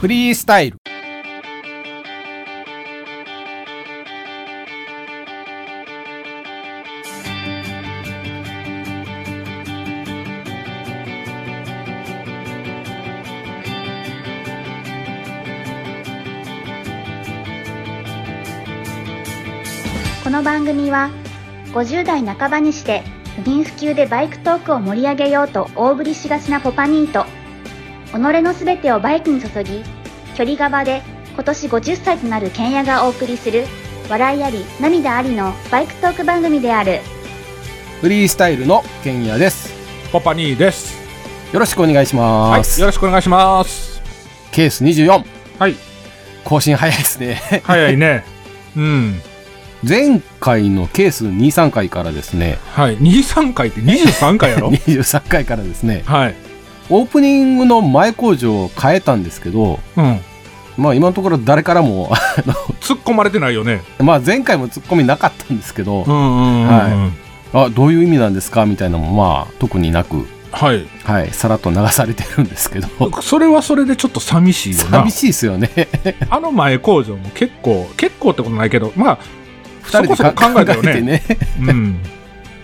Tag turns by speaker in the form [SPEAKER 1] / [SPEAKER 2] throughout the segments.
[SPEAKER 1] フリースタイル
[SPEAKER 2] この番組は50代半ばにして不眠不休でバイクトークを盛り上げようと大振りしがちなポパニーと己のすべてをバイクに注ぎ距離側で今年50歳となるケンヤがお送りする笑いあり涙ありのバイクトーク番組である
[SPEAKER 1] フリースタイルのケンヤです
[SPEAKER 3] パパニーです。
[SPEAKER 1] よろしくお願いし
[SPEAKER 3] はい
[SPEAKER 1] ま、す、
[SPEAKER 3] よろしくお願いします。
[SPEAKER 1] ケース24
[SPEAKER 3] はい、
[SPEAKER 1] 更新早いですね
[SPEAKER 3] 早いね。うん、
[SPEAKER 1] 前回のケース23回からですね
[SPEAKER 3] はい、二三回って二十三 回やろ。
[SPEAKER 1] 23回からですね
[SPEAKER 3] はい、
[SPEAKER 1] オープニングの前工場を変えたんですけど
[SPEAKER 3] うん、
[SPEAKER 1] まあ今のところ誰からも
[SPEAKER 3] 突っ込まれてないよね。
[SPEAKER 1] まあ前回もツッコミなかったんですけど、
[SPEAKER 3] うん、うん、うん、
[SPEAKER 1] はあどういう意味なんですかみたいなのもまあ特になく
[SPEAKER 3] はい。
[SPEAKER 1] はいさらっと流されてるんですけど
[SPEAKER 3] それはそれでちょっと寂しいよな
[SPEAKER 1] 寂。しいですよね
[SPEAKER 3] あの前工場も結構、結構ってことないけど、まあ。
[SPEAKER 1] 二
[SPEAKER 3] そこ
[SPEAKER 1] 人
[SPEAKER 3] そ
[SPEAKER 1] で
[SPEAKER 3] こ考え たよ
[SPEAKER 1] て
[SPEAKER 3] ね。
[SPEAKER 1] ね
[SPEAKER 3] うん、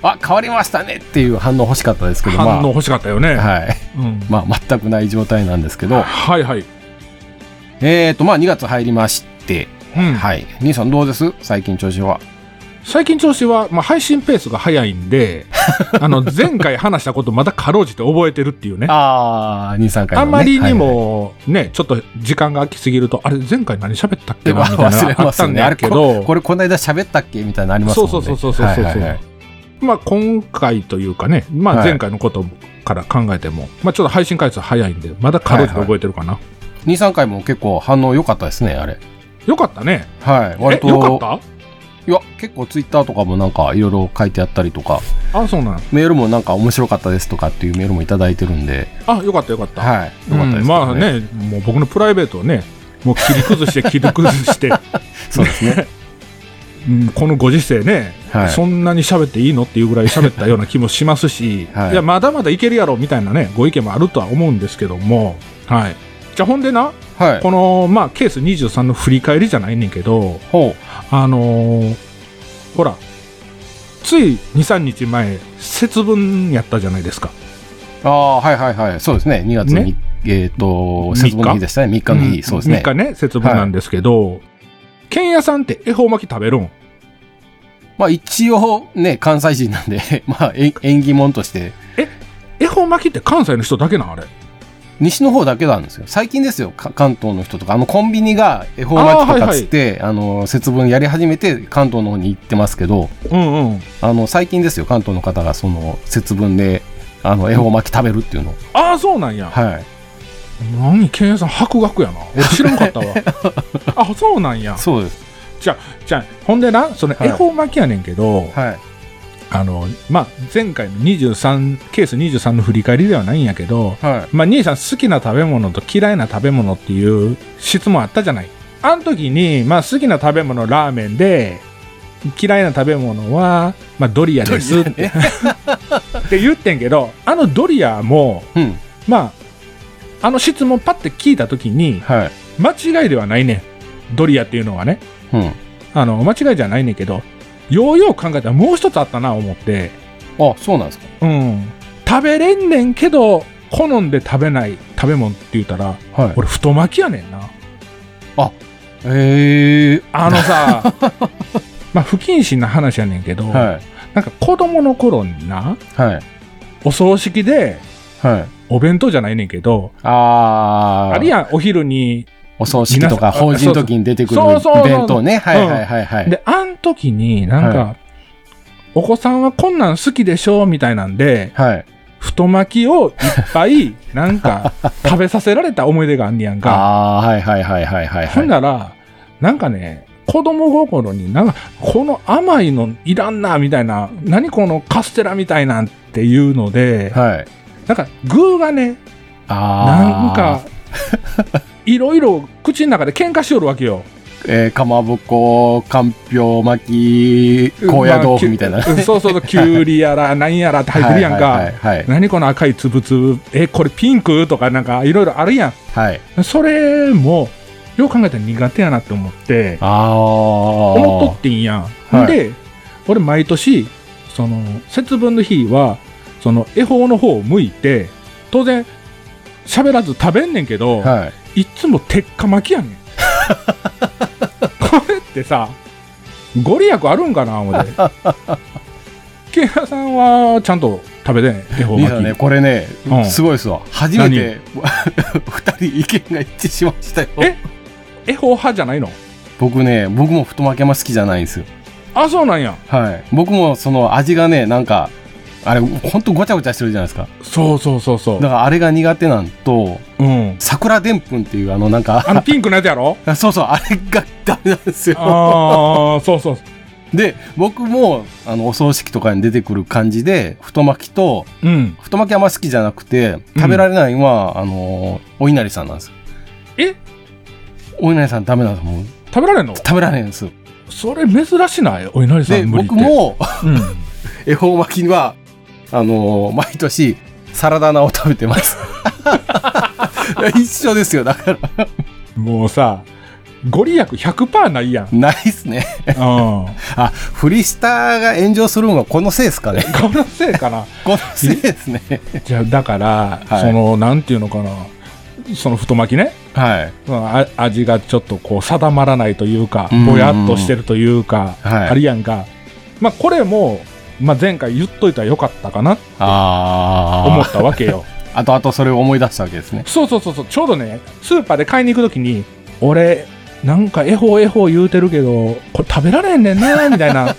[SPEAKER 1] あ変わりましたねっていう反応欲しかったですけど
[SPEAKER 3] 反応欲しかったよね。
[SPEAKER 1] まあ、はい
[SPEAKER 3] うん、
[SPEAKER 1] まあ、全くない状態なんですけど
[SPEAKER 3] はい、はい。
[SPEAKER 1] えーとまあ2月入りまして、
[SPEAKER 3] うん、
[SPEAKER 1] はい兄さんどうです最近調子は
[SPEAKER 3] 最近調子は、まあ、配信ペースが早い んであの前回話したことまたかろうじて覚えてるっていうねあ
[SPEAKER 1] ああ23回のね
[SPEAKER 3] んまりにもね、ちょっと時間が空きすぎるとあれ前回何喋ったっけな
[SPEAKER 1] は
[SPEAKER 3] み
[SPEAKER 1] い
[SPEAKER 3] た
[SPEAKER 1] はいい、忘れ
[SPEAKER 3] なのがあ
[SPEAKER 1] ま
[SPEAKER 3] った
[SPEAKER 1] す
[SPEAKER 3] ん
[SPEAKER 1] ね
[SPEAKER 3] だ
[SPEAKER 1] あれ
[SPEAKER 3] け
[SPEAKER 1] こ
[SPEAKER 3] ど
[SPEAKER 1] これこの間喋ったっけみたいなのありますもんね
[SPEAKER 3] そうそうそうそうそうそう
[SPEAKER 1] はいはいはい
[SPEAKER 3] まあ、今回というかね、ま
[SPEAKER 1] は
[SPEAKER 3] あ、
[SPEAKER 1] い
[SPEAKER 3] 前回のことから考えても、まあ、ちょっと配信回数早いんでまだかろうじて覚えてるかな、
[SPEAKER 1] 23回も結構反応良かったですねあれ
[SPEAKER 3] よかったね
[SPEAKER 1] はい割と
[SPEAKER 3] えよかった
[SPEAKER 1] いや結構ツイッターとかもなんかいろいろ書いてあったりとか
[SPEAKER 3] あそうなん
[SPEAKER 1] メールもなんか面白かったですとかっていうメールもいただいてるんで
[SPEAKER 3] あよかったよかった、
[SPEAKER 1] はい
[SPEAKER 3] うん
[SPEAKER 1] よかったですけど、
[SPEAKER 3] まあねもう僕のプライベートをねもう切り崩して切り 崩して
[SPEAKER 1] そうですね
[SPEAKER 3] うんこのご時世ね、
[SPEAKER 1] はい
[SPEAKER 3] そんなに喋っていいのっていうぐらい喋ったような気もしますし、
[SPEAKER 1] はい
[SPEAKER 3] い、やまだまだいけるやろみたいなねご意見もあるとは思うんですけども、はい、じゃあほんでな
[SPEAKER 1] はい
[SPEAKER 3] この、まあ、ケース23の振り返りじゃないねんけど
[SPEAKER 1] ほ
[SPEAKER 3] あのーほらつい23日前節分やったじゃないですか
[SPEAKER 1] うああはいはいはいそうですね2月に、
[SPEAKER 3] ね
[SPEAKER 1] えっ、と節分の日でしたね3日の日、そうですね
[SPEAKER 3] 3日ね節分なんですけど、けんやさんって恵方巻き食べるん
[SPEAKER 1] まあ一応ね関西人なんで まあえ縁起物として
[SPEAKER 3] 恵方巻きって関西の人だけなんあれ
[SPEAKER 1] 西の方だけなんですよ最近ですよか関東の人とかあのコンビニが恵方巻きとかつってあ、の節分やり始めて関東の方に行ってますけど
[SPEAKER 3] うんうん
[SPEAKER 1] あの最近ですよ関東の方がその節分であの恵方巻き食べるっていうの、
[SPEAKER 3] ああそうなんや
[SPEAKER 1] はい
[SPEAKER 3] 何ケンヤさん博 学やな俺知らんかったわあそうなんや
[SPEAKER 1] そうです
[SPEAKER 3] じゃあほんでなその
[SPEAKER 1] はい
[SPEAKER 3] 恵方巻きやねんけど、
[SPEAKER 1] はい
[SPEAKER 3] あのまあ前回の23ケース23の振り返りではないんやけど
[SPEAKER 1] はい
[SPEAKER 3] まあ兄さん好きな食べ物と嫌いな食べ物っていう質問あったじゃないあの時にまあ好きな食べ物ラーメンで嫌いな食べ物は、まあ、ドリアですっ
[SPEAKER 1] ね
[SPEAKER 3] て言ってんけどあのドリアも
[SPEAKER 1] うん
[SPEAKER 3] まああの質問パッて聞いた時に
[SPEAKER 1] はい
[SPEAKER 3] 間違いではないねんドリアっていうのはね
[SPEAKER 1] うん
[SPEAKER 3] あの間違いじゃないねんけどようよう考えたらもう一つあったな思って
[SPEAKER 1] あそうなんですか
[SPEAKER 3] うん食べれんねんけど好んで食べない食べ物って言ったら
[SPEAKER 1] はい
[SPEAKER 3] 俺太巻きやねんな
[SPEAKER 1] え
[SPEAKER 3] あの さまあ不謹慎な話やねんけど、
[SPEAKER 1] ー、はい
[SPEAKER 3] なんか子供の頃にな
[SPEAKER 1] はい
[SPEAKER 3] お葬式で
[SPEAKER 1] はい
[SPEAKER 3] お弁当じゃないねんけど
[SPEAKER 1] あー
[SPEAKER 3] あるやんお昼に
[SPEAKER 1] お葬式とか
[SPEAKER 3] 皆さん
[SPEAKER 1] 法事の時に出てくる
[SPEAKER 3] そうそうそう
[SPEAKER 1] 弁当ねはいはいはいはい、
[SPEAKER 3] で、あん時になんか、
[SPEAKER 1] は
[SPEAKER 3] お子さんはこんなん好きでしょみたいなんで、
[SPEAKER 1] はい
[SPEAKER 3] 太巻きをいっぱい、なんか、 食べさせられた思い出があんねやんか。
[SPEAKER 1] ああーはいはいはいはいはい
[SPEAKER 3] ほん
[SPEAKER 1] はい
[SPEAKER 3] なら、なんかね、子供心になんか、この甘いのいらんな、みたいな、何このカステラみたいなんっていうので、
[SPEAKER 1] はい
[SPEAKER 3] なんか、具がね、
[SPEAKER 1] ああ
[SPEAKER 3] なんか、いろいろ口の中で喧嘩しよるわけよ。
[SPEAKER 1] えーかまぼこ、かんぴょう巻き、高野豆腐みたいな。
[SPEAKER 3] まあきゅうんそうそ うそう、きゅうりやら、なんやらって入ってるやんか。
[SPEAKER 1] はいはいはいはい
[SPEAKER 3] 何この赤いつぶつぶ、え、これピンクとかなんかいろいろあるや
[SPEAKER 1] はい。
[SPEAKER 3] ん。それも、よく考えたら苦手やなって思って、
[SPEAKER 1] ああ。
[SPEAKER 3] 思っとってんやん。
[SPEAKER 1] はい
[SPEAKER 3] で、俺毎年、その、節分の日は、その、恵方の方を向いて、当然、喋らず食べんねんけど、
[SPEAKER 1] はい。
[SPEAKER 3] い、つも鉄火巻きやねん。これってさ、ご利益あるんかな、思 て。ケイハさんは、ちゃんと食べてん、恵方
[SPEAKER 1] リー
[SPEAKER 3] 巻
[SPEAKER 1] ダ
[SPEAKER 3] き。
[SPEAKER 1] ーね、これね、
[SPEAKER 3] うん
[SPEAKER 1] すごいですわ。初めて、 二人意見が一致しましたよ。
[SPEAKER 3] え恵方派じゃないの
[SPEAKER 1] 僕ね、僕も太巻きあんま好きじゃないんですよ。
[SPEAKER 3] あ、そうなんや。
[SPEAKER 1] はい。僕もその味がね、なんか、あれ、ほんとごちゃごちゃしてるじゃないですか。
[SPEAKER 3] そうそうそうそ
[SPEAKER 1] だからあれが苦手なんと、
[SPEAKER 3] う。うん。
[SPEAKER 1] 桜でんぷんっていうあのなん
[SPEAKER 3] あ
[SPEAKER 1] か、
[SPEAKER 3] の、ピンクのやつやろ
[SPEAKER 1] そうそう、あれがダメなんですよ。
[SPEAKER 3] ああ、そうそう。
[SPEAKER 1] で、僕も、あの、お葬式とかに出てくる感じで、太巻きと、
[SPEAKER 3] うん。
[SPEAKER 1] 太巻きあんま好きじゃなくて、食べられないのは、あの、お稲荷さんなんですよ。
[SPEAKER 3] え
[SPEAKER 1] お稲荷さんダメなんですもう
[SPEAKER 3] 食べられんの
[SPEAKER 1] 食べられないんですよ。
[SPEAKER 3] それ珍しないお稲荷さ
[SPEAKER 1] で、
[SPEAKER 3] ん無理って
[SPEAKER 1] 僕、も、
[SPEAKER 3] うん、
[SPEAKER 1] 恵方巻きには、あのー毎年、サラダ菜を食べてます。 いや一緒ですよ。だから、
[SPEAKER 3] もうさご利益100%ないやん、うん、
[SPEAKER 1] ないっすね。
[SPEAKER 3] こ
[SPEAKER 1] あ、フリスターが炎上するのはこのせいですかね。
[SPEAKER 3] のせい かな
[SPEAKER 1] このせいですね。
[SPEAKER 3] じゃあだから、
[SPEAKER 1] はい
[SPEAKER 3] そのなんていうのかなその太巻きね
[SPEAKER 1] はい。
[SPEAKER 3] そのあ味がちょっとこう定まらないというか
[SPEAKER 1] うん
[SPEAKER 3] ぼやっとしてるというか、
[SPEAKER 1] はい
[SPEAKER 3] あるやんか、まあ、これも、まあ、前回言っといたらよかったかなって思
[SPEAKER 1] あ
[SPEAKER 3] ったわけよ
[SPEAKER 1] あ。あとあとそれを思い出したわけですね。
[SPEAKER 3] そうそうそうそう、ちょうどね、スーパーで買いに行くときに、俺、なんかエホエホ言うてるけど、これ食べられんね んな、みたいな。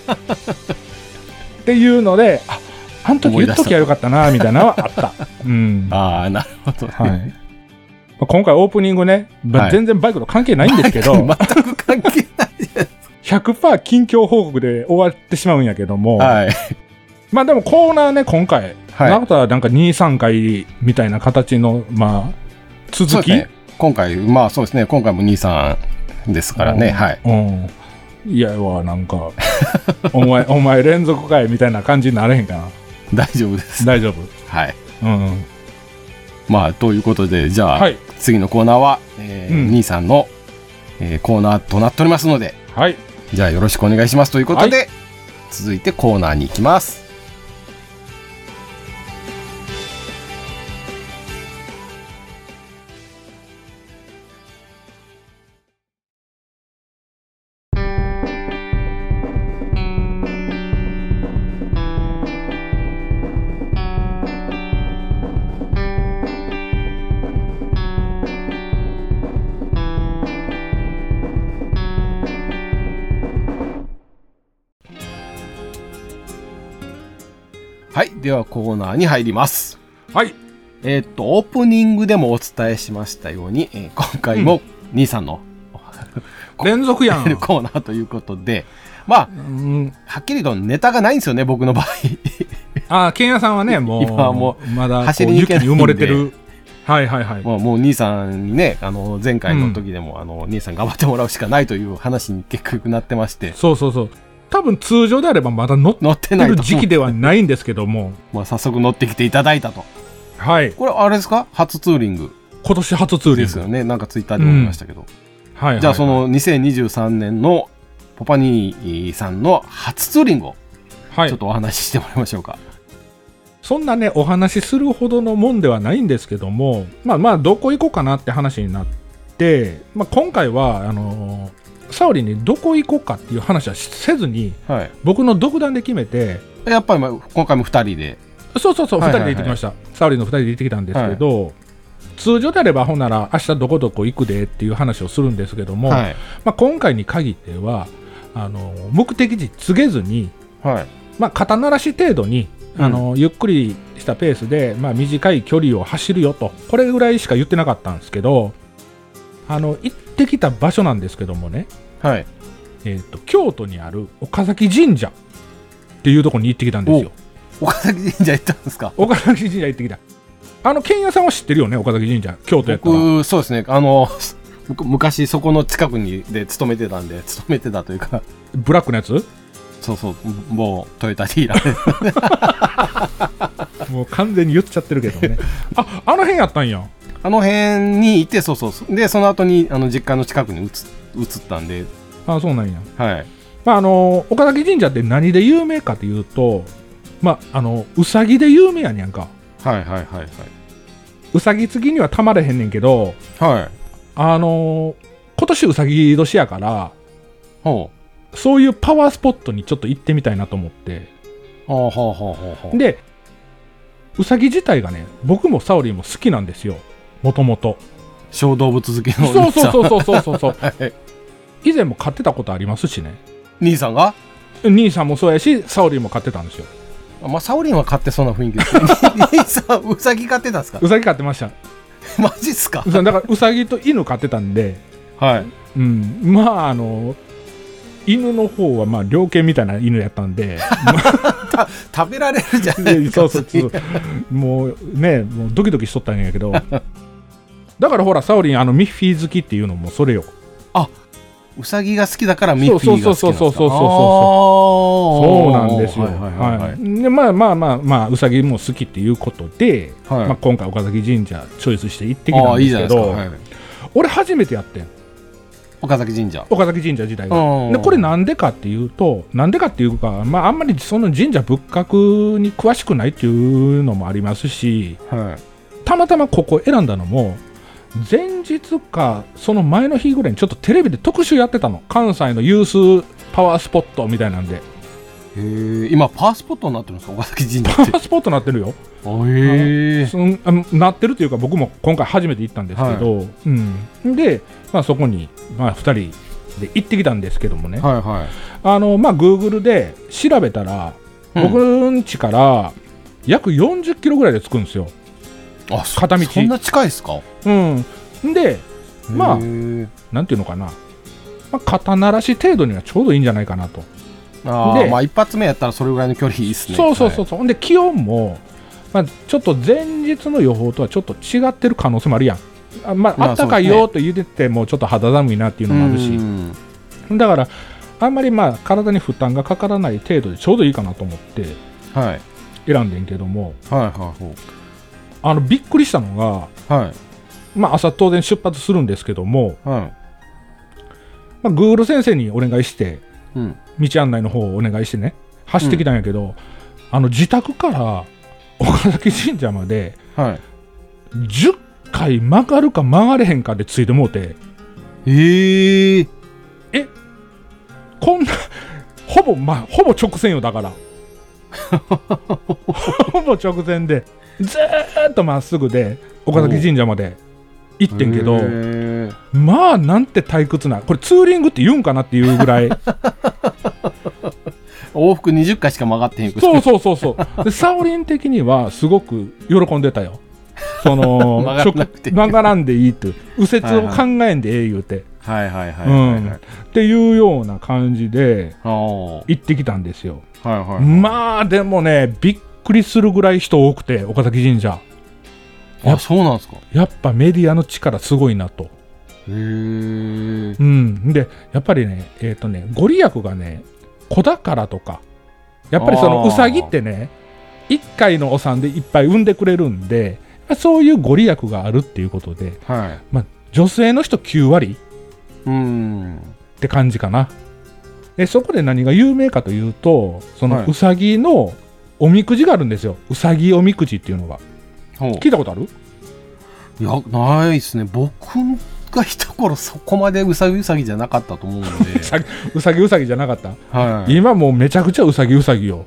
[SPEAKER 3] っていうので、あ、あの時言っときゃよかったな、みたい なのはあった。うん。は
[SPEAKER 1] ああ、なるほど、ね。
[SPEAKER 3] い。まあ今回オープニングね、まあ
[SPEAKER 1] はい
[SPEAKER 3] 全然バイクと関係ないんですけど、
[SPEAKER 1] 全く関係ない。
[SPEAKER 3] 100%近況報告で終わってしまうんやけども、
[SPEAKER 1] はい。
[SPEAKER 3] まあでもコーナーね、今回、
[SPEAKER 1] はい
[SPEAKER 3] なことはなんか2、3回みたいな形の、まあ、
[SPEAKER 1] そう
[SPEAKER 3] 続
[SPEAKER 1] ですね。
[SPEAKER 3] き
[SPEAKER 1] 今回、まあそうですね。今回も兄さんですからね。はい。
[SPEAKER 3] うん。いやわ、なんか、 お前、お前連続かいみたいな感じになれへんかな。
[SPEAKER 1] 大丈夫です。
[SPEAKER 3] 大丈夫。
[SPEAKER 1] はい。
[SPEAKER 3] うん。
[SPEAKER 1] まあ、ということで、じゃあ、
[SPEAKER 3] はい。
[SPEAKER 1] 次のコーナーは、えー
[SPEAKER 3] うん
[SPEAKER 1] 兄さんの、えーコーナーとなっておりますので、
[SPEAKER 3] はい。
[SPEAKER 1] じゃあよろしくお願いしますということで、続いてコーナーに行きます。はい。ではコーナーに入ります。
[SPEAKER 3] はい。
[SPEAKER 1] えーっと、オープニングでもお伝えしましたように、えー今回も兄さんの、
[SPEAKER 3] 連続やん。
[SPEAKER 1] コーナーということで、まあ、
[SPEAKER 3] うん、
[SPEAKER 1] はっきりとネタがないんですよね、僕の場合。
[SPEAKER 3] ああ、ケンヤさんはね、もう、
[SPEAKER 1] 今はも
[SPEAKER 3] まだこう
[SPEAKER 1] 走りに行
[SPEAKER 3] 雪
[SPEAKER 1] けないんで
[SPEAKER 3] に埋もれてる。はいはいはい。
[SPEAKER 1] もうもう兄さんにね、あの、前回の時でも、あの、兄さん頑張ってもらうしかないという話に結局なってまして、
[SPEAKER 3] そうそうそう。多分通常であればまだ乗って
[SPEAKER 1] 乗ってない
[SPEAKER 3] る
[SPEAKER 1] と
[SPEAKER 3] 時期ではないんですけども、
[SPEAKER 1] まあ、早速乗ってきていただいたと。
[SPEAKER 3] はい。
[SPEAKER 1] これ、あれですか初ツーリング
[SPEAKER 3] 今年初ツーリング。
[SPEAKER 1] ですよね。なんかツイッターでも見ましたけど。
[SPEAKER 3] はいはいはい。
[SPEAKER 1] じゃあ、そ、の2023年のポパニーさんの初ツーリングを
[SPEAKER 3] は
[SPEAKER 1] ちょ
[SPEAKER 3] い
[SPEAKER 1] っ。とお話ししてもらいましょうか。
[SPEAKER 3] そんなね、お話しするほどのもんではないんですけども、まあまあ、どこ行こうかなって話になって、まあ、今回は、あのーサオリにどこ行こうかっていう話はせずに、
[SPEAKER 1] はい。
[SPEAKER 3] 僕の独断で決めて、
[SPEAKER 1] やっぱり、まあ、今回も2人で。
[SPEAKER 3] そうそうそう、
[SPEAKER 1] は
[SPEAKER 3] 2
[SPEAKER 1] いは
[SPEAKER 3] 人
[SPEAKER 1] いは
[SPEAKER 3] で
[SPEAKER 1] い
[SPEAKER 3] 行ってきました。サオリの2人で行ってきたんですけど、通常であれば、ほんなら、明日どこどこ行くでっていう話をするんですけども、
[SPEAKER 1] はい。
[SPEAKER 3] まあ、今回に限っては、あのー目的地告げずに、
[SPEAKER 1] はい。
[SPEAKER 3] まあ、肩慣らし程度に、
[SPEAKER 1] うん
[SPEAKER 3] あのゆっくりしたペースで、まあ、短い距離を走るよとこれぐらいしか言ってなかったんですけどあの行ってきた場所なんですけどもね、
[SPEAKER 1] はい。
[SPEAKER 3] えー、と京都にある岡崎神社っていうところに行ってきたんですよ
[SPEAKER 1] 岡崎神社行ったんですか
[SPEAKER 3] 岡崎神社行ってきたあの剣屋さんは知ってるよね岡崎神社京都やったら
[SPEAKER 1] 僕、そうですね。あの、 む昔そこの近くにで勤めてたんで勤めてたというか
[SPEAKER 3] ブラックのやつ
[SPEAKER 1] そうそう某トヨタディーラー で
[SPEAKER 3] もう完全に言っちゃってるけどね ああの辺やったんや
[SPEAKER 1] あの辺にいてそうそうそうでその後にあの実家の近くに移移ったんで
[SPEAKER 3] あそうなんや
[SPEAKER 1] はい
[SPEAKER 3] まああの岡崎神社って何で有名かというとまああのうさぎで有名やにゃんか
[SPEAKER 1] はいはいはいはいう
[SPEAKER 3] さぎ次にはたまれへんねんけど
[SPEAKER 1] はい
[SPEAKER 3] あの今年うさぎ年やから
[SPEAKER 1] ほう
[SPEAKER 3] そういうパワースポットにちょっと行ってみたいなと思って
[SPEAKER 1] ほうほうほうほうほう
[SPEAKER 3] でうさぎ自体がね僕もサオリンも好きなんですよもともと
[SPEAKER 1] 小動物好きの
[SPEAKER 3] そうそう
[SPEAKER 1] う
[SPEAKER 3] そうそうそうそうそう
[SPEAKER 1] はい
[SPEAKER 3] 以前も買ってたことありますしね
[SPEAKER 1] 兄さんが
[SPEAKER 3] 兄さんもそうやしサオリンも買ってたんですよ
[SPEAKER 1] あまあ、サオリンは買ってそうな雰囲気ですけど兄さんウサギ買ってたんですか
[SPEAKER 3] うさぎ買ってました
[SPEAKER 1] マジっすか
[SPEAKER 3] そうだからうさぎと犬飼ってたんで
[SPEAKER 1] はい
[SPEAKER 3] うんまああの犬の方はまあ猟犬みたいな犬やったんで
[SPEAKER 1] 食べられるじゃない
[SPEAKER 3] で
[SPEAKER 1] です
[SPEAKER 3] そう
[SPEAKER 1] か
[SPEAKER 3] そうそうもうねもうドキドキしとったん やけどだからほらサオリンあのミッフィー好きっていうのもそれよ
[SPEAKER 1] ウサギが好きだからミッフィーが好きなんですか
[SPEAKER 3] そうそうそうそうそうそう
[SPEAKER 1] そ
[SPEAKER 3] そうなんですよ。
[SPEAKER 1] はいはいはいはい、
[SPEAKER 3] はいでまあまあまあまあうさぎも好きっていうことで、
[SPEAKER 1] はい
[SPEAKER 3] まあ、今回岡崎神社チョイスして行ってきたん
[SPEAKER 1] あいいじ
[SPEAKER 3] です
[SPEAKER 1] ゃないです
[SPEAKER 3] け
[SPEAKER 1] か、
[SPEAKER 3] ど
[SPEAKER 1] はい、
[SPEAKER 3] 俺初めてやってん
[SPEAKER 1] 岡崎神社
[SPEAKER 3] 岡崎神社自体が。
[SPEAKER 1] で
[SPEAKER 3] でこれなんでかっていうとなんでかっていうか、まあ、あんまりその神社仏閣に詳しくないっていうのもありますし
[SPEAKER 1] はい
[SPEAKER 3] たまたまここ選んだのも前日かその前の日ぐらいにちょっとテレビで特集やってたの関西のユースパワースポットみたいな んで
[SPEAKER 1] へー今パワースポットになってるんですか岡崎神社
[SPEAKER 3] パワ
[SPEAKER 1] って
[SPEAKER 3] ースポットなってるよ
[SPEAKER 1] へえ
[SPEAKER 3] そんあのなってるというか僕も今回初めて行ったんですけど、うん、で、まあ、そこに、まあ、2人で行ってきたんですけどもね、
[SPEAKER 1] はいはい
[SPEAKER 3] あのまあ、Google で調べたら、
[SPEAKER 1] うん
[SPEAKER 3] 僕ん家から約40キロぐらいで着くんですよ。
[SPEAKER 1] あそ
[SPEAKER 3] 片道
[SPEAKER 1] そんな近いですか
[SPEAKER 3] うん、で、まあ
[SPEAKER 1] へー
[SPEAKER 3] なんていうのかな、まあ、肩慣らし程度にはちょうどいいんじゃないかなと。
[SPEAKER 1] あ
[SPEAKER 3] で
[SPEAKER 1] ーまあ一発目やったらそれぐらいの距離いいっすね
[SPEAKER 3] そうそうそううそう、ほんで気温も、まあ、ちょっと前日の予報とはちょっと違ってる可能性もあるやん。あま
[SPEAKER 1] ま
[SPEAKER 3] あ、
[SPEAKER 1] あ
[SPEAKER 3] ったかい
[SPEAKER 1] そ
[SPEAKER 3] よ
[SPEAKER 1] う
[SPEAKER 3] と言っててもちょっと肌寒いなっていうのもあるし、
[SPEAKER 1] ん
[SPEAKER 3] だからあんまりまあ体に負担がかからない程度でちょうどいいかなと思って
[SPEAKER 1] はいはい
[SPEAKER 3] 選んでんけども
[SPEAKER 1] はいは
[SPEAKER 3] あのびっくりしたのが、
[SPEAKER 1] いはい
[SPEAKER 3] まあ、朝当然出発するんですけども、
[SPEAKER 1] はい
[SPEAKER 3] まあ、グール先生にお願いして
[SPEAKER 1] うん
[SPEAKER 3] 道案内の方をお願いしてね走ってきたんやけど、あの自宅から岡崎神社まで
[SPEAKER 1] はい
[SPEAKER 3] 10回曲がるか曲がれへんかでついてもうて
[SPEAKER 1] ええ
[SPEAKER 3] こんなほぼまあほぼ直線よだから ほぼ直線でずーっとまっすぐで岡崎神社まで行ってんけどまあなんて退屈なこれツーリングって言うんかなっていうぐらい
[SPEAKER 1] 往復20回しか曲がってへんく
[SPEAKER 3] そうそうそうそうでサオリン的にはすごく喜んでたよその
[SPEAKER 1] 曲がらなくて
[SPEAKER 3] 直曲がらんでいいという右折を考えんでええ言うて、
[SPEAKER 1] はいはいはいはいはい
[SPEAKER 3] っていうような感じで
[SPEAKER 1] あー
[SPEAKER 3] 行ってきたんですよ
[SPEAKER 1] はいはいはい
[SPEAKER 3] まあでもねびっくりするぐらい人多くて岡崎神社
[SPEAKER 1] あそうなんですかへ
[SPEAKER 3] やっぱメディアの力すごいなと
[SPEAKER 1] え
[SPEAKER 3] うんでやっぱりねえっ、とねご利益がね子宝とかやっぱりそ
[SPEAKER 1] あ
[SPEAKER 3] の
[SPEAKER 1] ー
[SPEAKER 3] うさぎってね1回のお産でいっぱい産んでくれるんでそういうご利益があるっていうことで、
[SPEAKER 1] はい
[SPEAKER 3] まあ、女性の人9割
[SPEAKER 1] うん
[SPEAKER 3] って感じかなでそこで何が有名かというとそ
[SPEAKER 1] は
[SPEAKER 3] の
[SPEAKER 1] いう
[SPEAKER 3] さぎのおみくじがあるんですようさぎおみくじっていうのが
[SPEAKER 1] ほう
[SPEAKER 3] 聞いたことある
[SPEAKER 1] いやないですね僕がいた頃そこまでうさぎうさぎじゃなかったと思う ので
[SPEAKER 3] さうさぎうさぎじゃなかった、
[SPEAKER 1] は
[SPEAKER 3] 今もうめちゃくちゃうさぎうさ ぎよ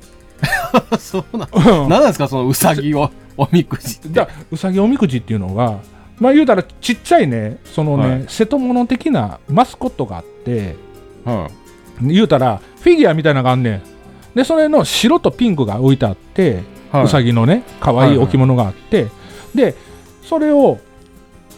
[SPEAKER 1] いそうなん何なんですかそのうさぎをおみくじって
[SPEAKER 3] だうさぎおみくじっていうのがまあ言うたらちっちゃいねそのね、
[SPEAKER 1] はい
[SPEAKER 3] 瀬戸物的なマスコットがあって
[SPEAKER 1] は
[SPEAKER 3] 言うたらフィギュアみたいなのがあんねんでそれの白とピンクが置いてあって、
[SPEAKER 1] い、はいう
[SPEAKER 3] さぎのね可愛い置物があって、でそれを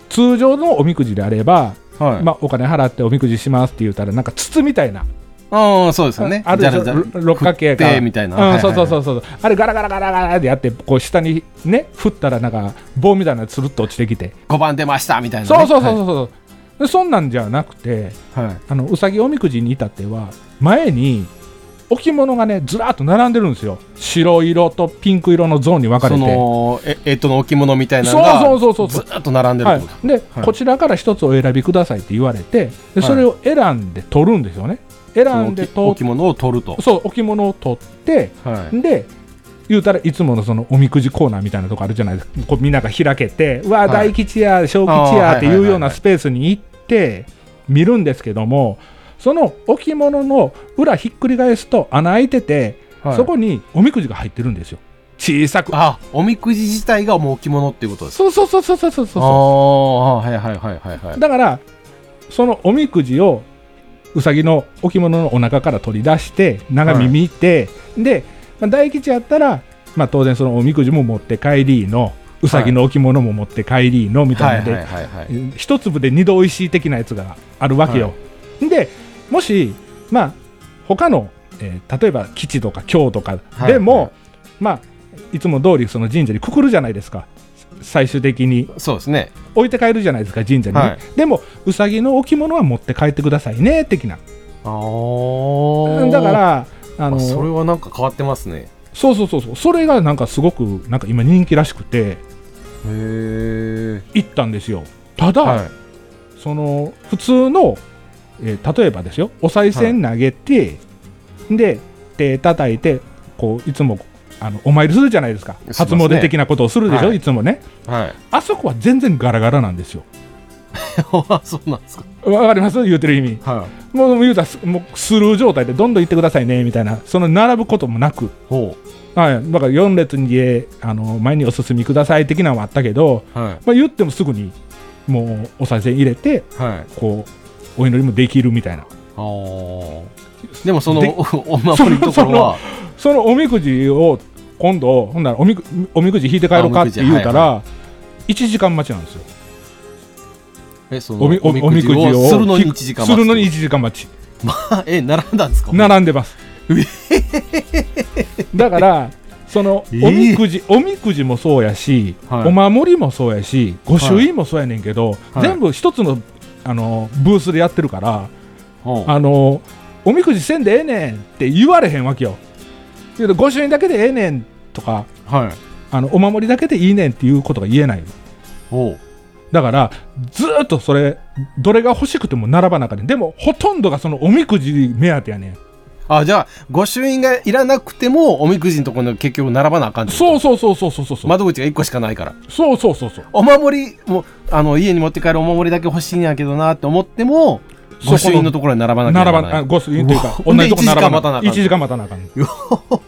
[SPEAKER 3] 通常のおみくじであれば、
[SPEAKER 1] はい
[SPEAKER 3] まあ、お金払っておみくじしますって言うたらなんか筒みたいな
[SPEAKER 1] ああそうですよね
[SPEAKER 3] ある
[SPEAKER 1] じ
[SPEAKER 3] で
[SPEAKER 1] ゃ
[SPEAKER 3] しょ
[SPEAKER 1] らじゃら
[SPEAKER 3] ろ六角形
[SPEAKER 1] 振っ
[SPEAKER 3] か
[SPEAKER 1] てみたいな、
[SPEAKER 3] うん、そうそうそううそうあれガラガラガラガラでやってこう下にね振ったらなんか棒みたいなのつるっと落ちてきて、
[SPEAKER 1] 5番出ましたみたいなね、
[SPEAKER 3] そうそうそ
[SPEAKER 1] は
[SPEAKER 3] うそうそう、でそんなんじゃなくて
[SPEAKER 1] はい。
[SPEAKER 3] あのうさぎおみくじに至っては前に置物がねずらっと並んでるんですよ白色とピンク色のゾーンに分かれ
[SPEAKER 1] そ
[SPEAKER 3] て
[SPEAKER 1] の、え、えっとの置物みたいなのが、
[SPEAKER 3] そうそうそうそう
[SPEAKER 1] ずーっと並んでるっ
[SPEAKER 3] は
[SPEAKER 1] てこと
[SPEAKER 3] い、で、
[SPEAKER 1] はい
[SPEAKER 3] こちらから一つお選びくださいって言われてでそれを選んで取るんですよね選んで
[SPEAKER 1] その
[SPEAKER 3] 取っ
[SPEAKER 1] 置物を取ると。
[SPEAKER 3] そう置物を取って
[SPEAKER 1] はい。
[SPEAKER 3] で言うたらいつものそのおみくじコーナーみたいなとこあるじゃないですかこうみんなが開けて「うわ
[SPEAKER 1] は
[SPEAKER 3] あ
[SPEAKER 1] い
[SPEAKER 3] 大吉や小吉
[SPEAKER 1] あー
[SPEAKER 3] や」っ
[SPEAKER 1] はいはい
[SPEAKER 3] てい
[SPEAKER 1] は
[SPEAKER 3] う
[SPEAKER 1] い
[SPEAKER 3] ようなスペースに行って見るんですけどもその置物の裏ひっくり返すと穴開いてて、
[SPEAKER 1] はい
[SPEAKER 3] そこにおみくじが入ってるんですよ小さく
[SPEAKER 1] あ、おみくじ自体がもう置物っていうことですか。
[SPEAKER 3] そうそうそうそうそうそうそう
[SPEAKER 1] ああ、はいはいはいはいはい。
[SPEAKER 3] だからそのおみくじをうさぎの置物のお腹から取り出して長見見て、で、まあ、大吉やったら、まあ、当然そのおみくじも持って帰りのうさぎの置物も持って帰りのみたいなので、
[SPEAKER 1] はいはいはいはい。
[SPEAKER 3] 一粒で二度おいしい的なやつがあるわけよ。でもしまあ他の、えー例えば基地とか京とかでも、
[SPEAKER 1] はいはい
[SPEAKER 3] まあいつも通りその神社にくくるじゃないですか最終的に
[SPEAKER 1] そうですね。
[SPEAKER 3] 置いて帰るじゃないですか神社にね、
[SPEAKER 1] はい
[SPEAKER 3] でもうさぎの置物は持って帰ってくださいね的な
[SPEAKER 1] ああ。
[SPEAKER 3] だからあの
[SPEAKER 1] あそれ
[SPEAKER 3] そ
[SPEAKER 1] はなんか変わってますね。
[SPEAKER 3] うそうそうそうそれがなんかすごくなんか今人気らしくて
[SPEAKER 1] へえ。
[SPEAKER 3] 行ったんですよただ、
[SPEAKER 1] はい。
[SPEAKER 3] その普通の、えー例えばですよお賽銭投げて、で手叩いてこういつもあのお参りするじゃないですか
[SPEAKER 1] ますね
[SPEAKER 3] 初詣的なことをするでしょ、
[SPEAKER 1] はい
[SPEAKER 3] いつもね
[SPEAKER 1] はい。
[SPEAKER 3] あそこは全然ガラガラなんですよ
[SPEAKER 1] あそうなんですか。
[SPEAKER 3] わかります言うてる意味
[SPEAKER 1] はい。
[SPEAKER 3] もうもう言うたらすもうスルー状態でどんどん行ってくださいねみたいなその並ぶこともなく、
[SPEAKER 1] ほ
[SPEAKER 3] はい、だから4列にえあの前にお進みください的なのはあったけど、
[SPEAKER 1] う。はい。
[SPEAKER 3] まあ、言ってもすぐにもうお賽銭入れて
[SPEAKER 1] はい。
[SPEAKER 3] こうお祈りもできるみたいな
[SPEAKER 1] ああ。でもその
[SPEAKER 3] で
[SPEAKER 1] おお守りのところは、
[SPEAKER 3] そのおみくじを今度ほんならおみくおみくじ引いて帰ろうかって言うた
[SPEAKER 1] あ
[SPEAKER 3] ら、1時間待ちなんですよ
[SPEAKER 1] えその
[SPEAKER 3] おみおみおみくじを
[SPEAKER 1] するのに1時間
[SPEAKER 3] するのに1
[SPEAKER 1] 待
[SPEAKER 3] 時間待ち
[SPEAKER 1] つ。まあ え並んだんですか。
[SPEAKER 3] 並ん でますだからその
[SPEAKER 1] えー
[SPEAKER 3] おみくじ、おみくじもそうやし、
[SPEAKER 1] はい
[SPEAKER 3] お守りもそうやし御朱印もそうやねんけど、
[SPEAKER 1] はい
[SPEAKER 3] 全部一つのあのブースでやってるから、
[SPEAKER 1] ほう
[SPEAKER 3] あのおみくじせんでええねんって言われへんわけよけど御朱印だけでええねんとか
[SPEAKER 1] はい。
[SPEAKER 3] あのお守りだけでいいねんっていうことが言えない
[SPEAKER 1] ほ
[SPEAKER 3] だからずーっとそれどれが欲しくても並ばなあかんねんでもほとんどがそのおみくじ目当てやねん
[SPEAKER 1] う。あじゃあ御朱印がいらなくてもおみくじのところに結局並ばなあかんってこと
[SPEAKER 3] そうそうそうそうそうそうそう、
[SPEAKER 1] 窓口が1個しかないから。
[SPEAKER 3] そうそうそうそう
[SPEAKER 1] お守りもあの家に持って帰るお守りだけ欲しいんやけどなって思っても
[SPEAKER 3] そこの
[SPEAKER 1] 御朱印のところに並ばなきゃ
[SPEAKER 3] 並ば
[SPEAKER 1] な
[SPEAKER 3] な
[SPEAKER 1] ら
[SPEAKER 3] あ
[SPEAKER 1] ない。
[SPEAKER 3] ご主人というか
[SPEAKER 1] う
[SPEAKER 3] 同
[SPEAKER 1] わ
[SPEAKER 3] じとこ並ば
[SPEAKER 1] で一時間待たなあかん
[SPEAKER 3] 1時間待た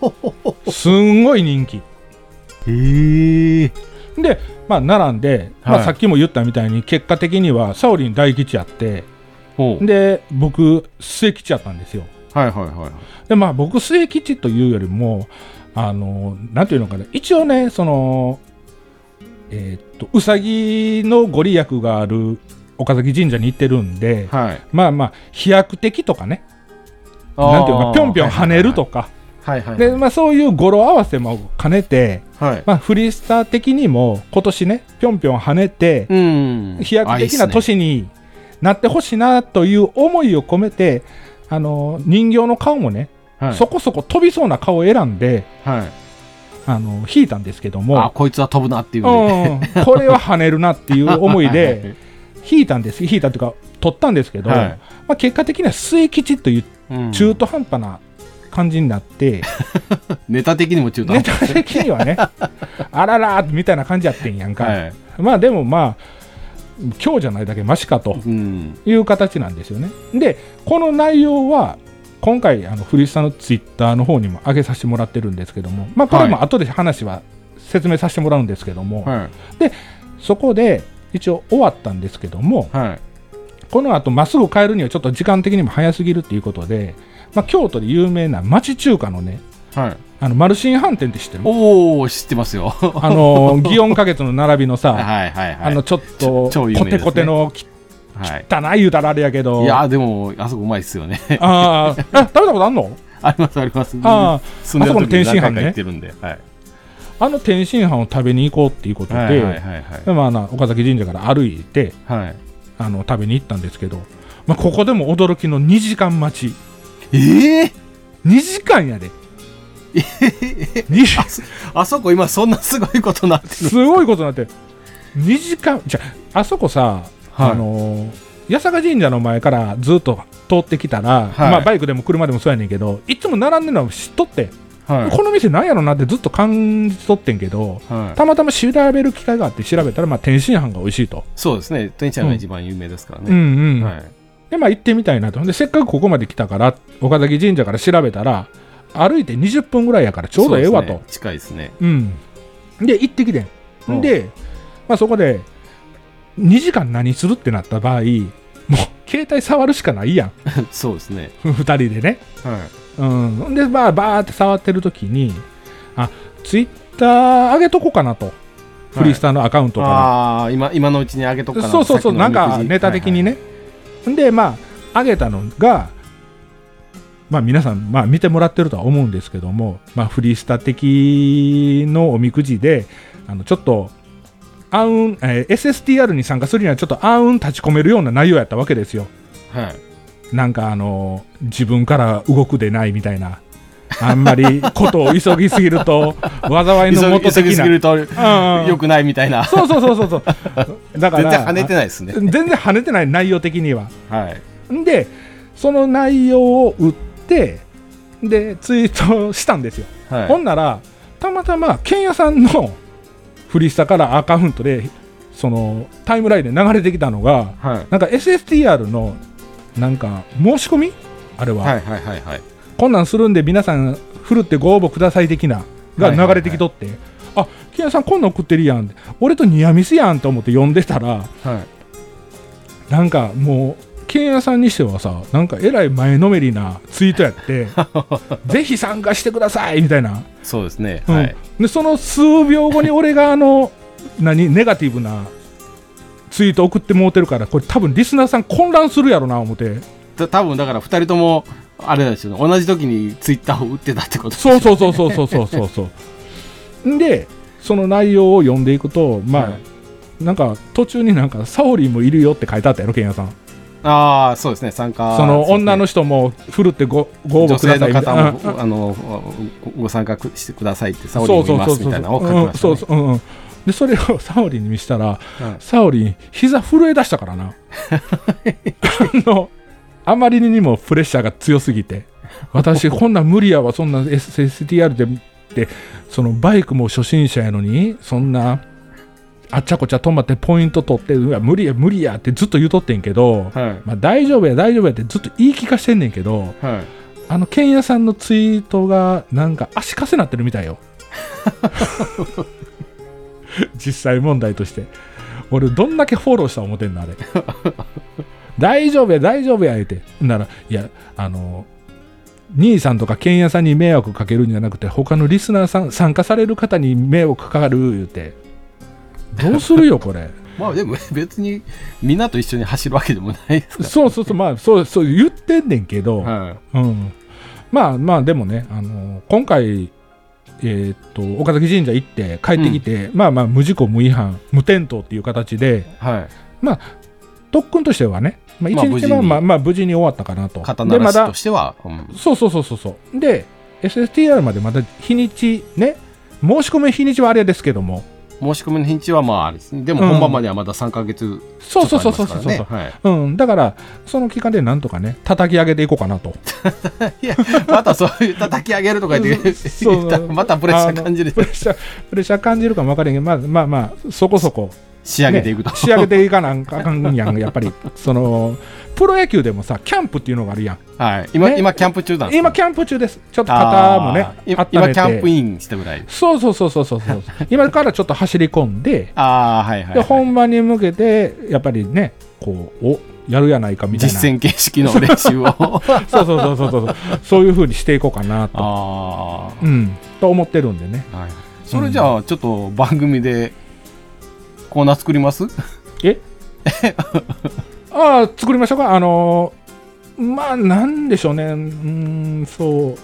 [SPEAKER 3] なあかんすんごい人気
[SPEAKER 1] へえ。
[SPEAKER 3] でまあ並んで、ま
[SPEAKER 1] は
[SPEAKER 3] あ、
[SPEAKER 1] い
[SPEAKER 3] さっきも言ったみたいに結果的にはサオリン大吉やって
[SPEAKER 1] ほう。
[SPEAKER 3] で僕末吉やったんですよ
[SPEAKER 1] はいはいはいはい。
[SPEAKER 3] でまあ僕末吉というよりもあのなんていうのかな一応ねそのえーっとうさぎのご利益がある岡崎神社に行ってるんで、
[SPEAKER 1] はい。
[SPEAKER 3] まあまあ飛躍的とかねなんていうのかぴょんぴょん跳ねるとか、
[SPEAKER 1] はいはいはい。
[SPEAKER 3] でまあ、そういう語呂合わせも兼ねて、
[SPEAKER 1] はい。
[SPEAKER 3] まあ、フリースター的にも今年ねぴょんぴょん跳ねて、
[SPEAKER 1] うん。
[SPEAKER 3] 飛躍的な
[SPEAKER 1] あいいっすね
[SPEAKER 3] 年になってほしいなという思いを込めてあの人形の顔もね、
[SPEAKER 1] はい。
[SPEAKER 3] そこそこ飛びそうな顔を選んで
[SPEAKER 1] はい。
[SPEAKER 3] あの引いたんですけど
[SPEAKER 1] あ、
[SPEAKER 3] も、
[SPEAKER 1] こいつは飛ぶなっていう
[SPEAKER 3] う
[SPEAKER 1] ね。
[SPEAKER 3] ん、これは跳ねるなって いう思い
[SPEAKER 1] はいはいは
[SPEAKER 3] で
[SPEAKER 1] い
[SPEAKER 3] 引いたんです引いたというか取ったんですけど、
[SPEAKER 1] はい
[SPEAKER 3] まあ、結果的には末吉という
[SPEAKER 1] うん
[SPEAKER 3] 中途半端な感じになって、
[SPEAKER 1] ネタ的にも中途
[SPEAKER 3] ネ
[SPEAKER 1] 半端。
[SPEAKER 3] タ的にはね あららみたいな感じやってんやんか、
[SPEAKER 1] はい。
[SPEAKER 3] まあでもまあ今日じゃないだけマシかと
[SPEAKER 1] うん。
[SPEAKER 3] いう形なんですよね。で、この内容は、今回、あの古市さんのツイッターの方にも上げさせてもらってるんですけども、まあ、これも
[SPEAKER 1] は
[SPEAKER 3] 後で話は説明させてもらうんですけども、
[SPEAKER 1] は
[SPEAKER 3] そこで一応終わったんですけども、
[SPEAKER 1] い。はい。
[SPEAKER 3] この後まっすぐ帰るにはちょっと時間的にも早すぎるっていうことで、まあ、京都で有名な町中華のね、
[SPEAKER 1] はい。
[SPEAKER 3] あのマルシン飯店って知ってる
[SPEAKER 1] おお、知ってますよ。は
[SPEAKER 3] あの、祇園花月の並びの
[SPEAKER 1] い
[SPEAKER 3] さ、
[SPEAKER 1] はいはい。
[SPEAKER 3] あの、ちょっと
[SPEAKER 1] ちょ超有
[SPEAKER 3] コ
[SPEAKER 1] 名ですね
[SPEAKER 3] テコテの汚
[SPEAKER 1] はい。
[SPEAKER 3] い言うたらあれやけど、
[SPEAKER 1] いやーでも、あそこうまいっすよね。
[SPEAKER 3] あーあ、食べたことあんの
[SPEAKER 1] ありますあります。
[SPEAKER 3] ああ、
[SPEAKER 1] 住んでる時に
[SPEAKER 3] あそこの天津飯ね
[SPEAKER 1] 何回か行ってるんで。はい。
[SPEAKER 3] あの天津飯を食べに行こうっていうことで、
[SPEAKER 1] はいはいはいはい。
[SPEAKER 3] まあな岡崎神社から歩いて
[SPEAKER 1] はい。
[SPEAKER 3] ああの食べに行ったんですけど、まあ、ここでも驚きの2時間待ち
[SPEAKER 1] ええ
[SPEAKER 3] 2時間やで二時
[SPEAKER 1] あそこ今そんなすごいことなってる。
[SPEAKER 3] すごいことになってる2時間じゃあそこさ、
[SPEAKER 1] はい
[SPEAKER 3] あの八坂神社の前からずっと通ってきたら、
[SPEAKER 1] はい
[SPEAKER 3] まあ、バイクでも車でもそうやねんけどいつも並んでるのは知っとって、
[SPEAKER 1] はい。
[SPEAKER 3] この店なんやろなってずっと感じとってんけど
[SPEAKER 1] はい、
[SPEAKER 3] たまたま調べる機会があって調べたら、まあ、天津飯が美味しいと、
[SPEAKER 1] そうですね。天ちゃんが一番有名ですから
[SPEAKER 3] う
[SPEAKER 1] ね。
[SPEAKER 3] んうん、
[SPEAKER 1] はい。
[SPEAKER 3] でまあ行ってみたいなとでせっかくここまで来たから岡崎神社から調べたら歩いて20分ぐらいやからちょうどええわと
[SPEAKER 1] そうですね近いですね。
[SPEAKER 3] うん、で行ってきて
[SPEAKER 1] うん
[SPEAKER 3] んで、まあ、そこで2時間何するってなった場合もう携帯触るしかないやん
[SPEAKER 1] そうですね。
[SPEAKER 3] 2人でね、
[SPEAKER 1] は
[SPEAKER 3] うん、でまあバーって触ってる時にあツイッター上げとこうかなと、フリースターのアカウントから
[SPEAKER 1] ああ、今、今のうちに上げとくかな。
[SPEAKER 3] そうそうそう、
[SPEAKER 1] さ
[SPEAKER 3] な
[SPEAKER 1] っ
[SPEAKER 3] ん
[SPEAKER 1] きのおみく
[SPEAKER 3] か
[SPEAKER 1] じ
[SPEAKER 3] ネタ的に。ね。で、まあ、上げたのが、まあ、皆さん、まあ、見てもらってるとは思うんですけども、まあ、フリースタ的のおみくじで、あのちょっと、暗雲えー SSTR に参加するにはちょっと暗雲立ち込めるような内容やったわけですよ。
[SPEAKER 1] はいはい。
[SPEAKER 3] なんかあの自分から動くでないみたいな。あんまりことを急ぎすぎると災いの
[SPEAKER 1] 急
[SPEAKER 3] 元
[SPEAKER 1] ぎ急ぎ
[SPEAKER 3] 的
[SPEAKER 1] す
[SPEAKER 3] な
[SPEAKER 1] ぎ。ると
[SPEAKER 3] んうん
[SPEAKER 1] 良くないみたいな。
[SPEAKER 3] そうそうそうそうそう。だか
[SPEAKER 1] 全
[SPEAKER 3] ら
[SPEAKER 1] 然跳ねてないですね。
[SPEAKER 3] 全然跳ねてない内容的には。
[SPEAKER 1] はい。
[SPEAKER 3] でその内容を売ってでツイートしたんですよ、
[SPEAKER 1] はい。
[SPEAKER 3] ほんならたまたまけんやさんのフリスタからアカウントでそのタイムラインで流れてきたのが
[SPEAKER 1] はい。
[SPEAKER 3] なんか SSTR のなんか申し込みあれは、
[SPEAKER 1] はいはいはいはい。
[SPEAKER 3] こんなんするんで皆さんふるってご応募ください的なが流れてきとって、あけんやさんこんなん送ってるやん俺とニアミスやんと思って読んでたら
[SPEAKER 1] はい。
[SPEAKER 3] なんかもうケンヤさんにしてはさなんかえらい前のめりなツイートやって ぜひ参加してくださいみたいな、
[SPEAKER 1] そうですね。
[SPEAKER 3] うん
[SPEAKER 1] はい。
[SPEAKER 3] でその数秒後に俺があの何ネガティブなツイート送ってもうてるからこれ多分リスナーさん混乱するやろな思って
[SPEAKER 1] た多分だから二人とも、あれなんですよね。同じ時にツイッターを打ってたってことです
[SPEAKER 3] そうそうそうそうそうそうそうそうんでその内容を読んでいくとまあ、
[SPEAKER 1] はい
[SPEAKER 3] なんか途中になんかサオリンもいるよって書いてあったやろケンヤさん
[SPEAKER 1] ああ、そうですね。参加。
[SPEAKER 3] その
[SPEAKER 1] そうですね
[SPEAKER 3] 女の人も振るってごご応募
[SPEAKER 1] 女
[SPEAKER 3] くだ
[SPEAKER 1] 性
[SPEAKER 3] さ
[SPEAKER 1] の
[SPEAKER 3] いみたい
[SPEAKER 1] 方
[SPEAKER 3] な
[SPEAKER 1] も
[SPEAKER 3] うんうん
[SPEAKER 1] ごあのごご参加してくださいってサオリンもいますみたいなのを書き
[SPEAKER 3] うん
[SPEAKER 1] ました
[SPEAKER 3] そう
[SPEAKER 1] ね。
[SPEAKER 3] そう、うんうんでそれをサオリンに見せたら
[SPEAKER 1] はい
[SPEAKER 3] サオリン膝震え出したか らなあのあまりにもプレッシャーが強すぎて私こんなん無理やわそんな SSTR でってそのバイクも初心者やのにそんなあっちゃこっちゃ止まってポイント取ってうわ無理や無理やってずっと言うとってんけ
[SPEAKER 1] は
[SPEAKER 3] ど、
[SPEAKER 1] い
[SPEAKER 3] まあ、大丈夫や大丈夫やってずっと言い聞かしてんねんけど、
[SPEAKER 1] はい。
[SPEAKER 3] あの、ケンヤさんのツイートが、なんか足かせなってるみたいよ。 実際問題として。俺、どんだけフォローした思ってんの、あれ。大丈夫や、大丈夫や、言うて。なら、いや、あの、兄さんとかケンヤさんに迷惑かけるんじゃなくて、他のリスナーさん、参加される方に迷惑かかる、言うて。どうするよ、これ。
[SPEAKER 1] まあでも別にみんなと一緒に走るわけでもないですか
[SPEAKER 3] そうそうそう、まあ、そうそう言ってんねんけど、
[SPEAKER 1] ら。はい。
[SPEAKER 3] うん、まあまあでもね、あの今回、えーっと岡崎神社行って帰ってきて、まあまあ無事故無違反無転倒っていう形で
[SPEAKER 1] はい。
[SPEAKER 3] 特訓としてはね、まあ、
[SPEAKER 1] まあ
[SPEAKER 3] 1日は
[SPEAKER 1] 無事に
[SPEAKER 3] まあ、まあ、無事に終わったかなと
[SPEAKER 1] 肩
[SPEAKER 3] で
[SPEAKER 1] 慣ら
[SPEAKER 3] ま
[SPEAKER 1] しと
[SPEAKER 3] だ
[SPEAKER 1] しては。うん
[SPEAKER 3] そうそうそうそうそうで SSTR までまだ日にちね申し込み日にちはあれですけども
[SPEAKER 1] 申し込みの日にちはまああれですね。でも本番まではまだ3ヶ月ちょ
[SPEAKER 3] そう
[SPEAKER 1] っと
[SPEAKER 3] そう
[SPEAKER 1] あり
[SPEAKER 3] そ
[SPEAKER 1] ま
[SPEAKER 3] うそ
[SPEAKER 1] す
[SPEAKER 3] う
[SPEAKER 1] から
[SPEAKER 3] そうそう、
[SPEAKER 1] ね。はい。
[SPEAKER 3] うん、だからその期間でなんとかね叩き上げていこうかなと
[SPEAKER 1] いや、またそういう叩き上げるとか言って
[SPEAKER 3] そう
[SPEAKER 1] 言ったら またプレッシャー感じる
[SPEAKER 3] あのプレッシャープレッシャー感じるかも分からへんけどまあまあまあそこそこ
[SPEAKER 1] 仕上げていくと
[SPEAKER 3] ね。仕上げていかなんかあかん やんやっぱりそのプロ野球でもさキャンプっていうのがあるやん
[SPEAKER 1] はい。今、
[SPEAKER 3] ね
[SPEAKER 1] 今キャンプ中なんですか
[SPEAKER 3] 今キャンプ中ですちょっと肩もね
[SPEAKER 1] あー今今キャンプ
[SPEAKER 3] ン
[SPEAKER 1] インしてぐらい。
[SPEAKER 3] そうそうそうそうそう そう今からちょっと走り込んで
[SPEAKER 1] ああ、はいはい、
[SPEAKER 3] で
[SPEAKER 1] はい。
[SPEAKER 3] 本番に向けてやっぱりねこうおやるやないかみたいな
[SPEAKER 1] 実践形式の練習を。
[SPEAKER 3] そうそうそうそうそうそういうふうにしていこうかなと,、
[SPEAKER 1] あ
[SPEAKER 3] うん、と思ってるんでね
[SPEAKER 1] あ、はい。それじゃあ、ちょっと番組でコーナー作ります
[SPEAKER 3] え ああ作りましょうかあのーまあなんでしょうねうーんそう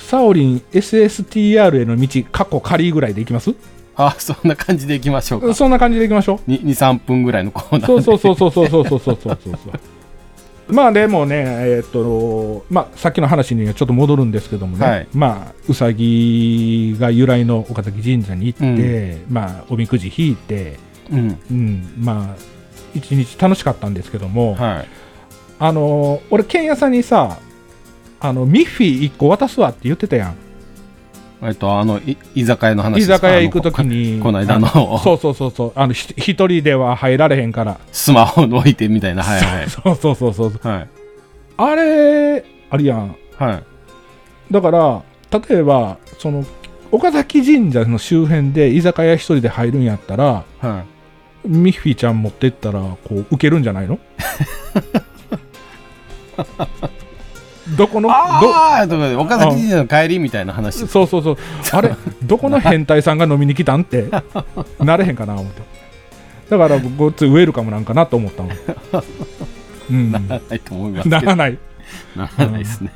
[SPEAKER 3] サオリン SSTR への道過去仮ぐらいでいきます
[SPEAKER 1] あそんな感じでいきましょうか
[SPEAKER 3] そんな感じでいきましょ う
[SPEAKER 1] 23分ぐらいのコーナー
[SPEAKER 3] そうそうそうそうそうそうそうそうそう そうまあでもねえーっとまあさっきの話にはちょっと戻るんですけどもね、
[SPEAKER 1] はい
[SPEAKER 3] まあうさぎが由来の岡崎神社に行って、まあおみくじ引いて
[SPEAKER 1] うん
[SPEAKER 3] うんまあ一日楽しかったんですけども、
[SPEAKER 1] はい
[SPEAKER 3] あのー俺剣屋さんにさあのミッフィー1個渡すわって言ってたやん
[SPEAKER 1] えっとあのい居酒屋の話で
[SPEAKER 3] 居
[SPEAKER 1] すか
[SPEAKER 3] 酒屋行く時
[SPEAKER 1] あ
[SPEAKER 3] に
[SPEAKER 1] のここの間の
[SPEAKER 3] あ そうそうそうそうあのひ一人では入られへんから
[SPEAKER 1] スマホの置いてみたいなはいはい
[SPEAKER 3] そうそうそうそうそう
[SPEAKER 1] はい
[SPEAKER 3] あれあるやん
[SPEAKER 1] はい
[SPEAKER 3] だから例えばその岡崎神社の周辺で居酒屋一人で入るんやったら
[SPEAKER 1] はい
[SPEAKER 3] ミッフィーちゃん持ってったらこう受けるんじ ゃないのどこのど
[SPEAKER 1] ああとかで岡崎神社の帰りみたいな話です
[SPEAKER 3] そうそうそう あれどこの変態さんが飲みに来たんってなれへんかな思ってだからごっついウェルカムなんかなと思ったのうんな
[SPEAKER 1] はいと思いますけど
[SPEAKER 3] らない
[SPEAKER 1] ならないですね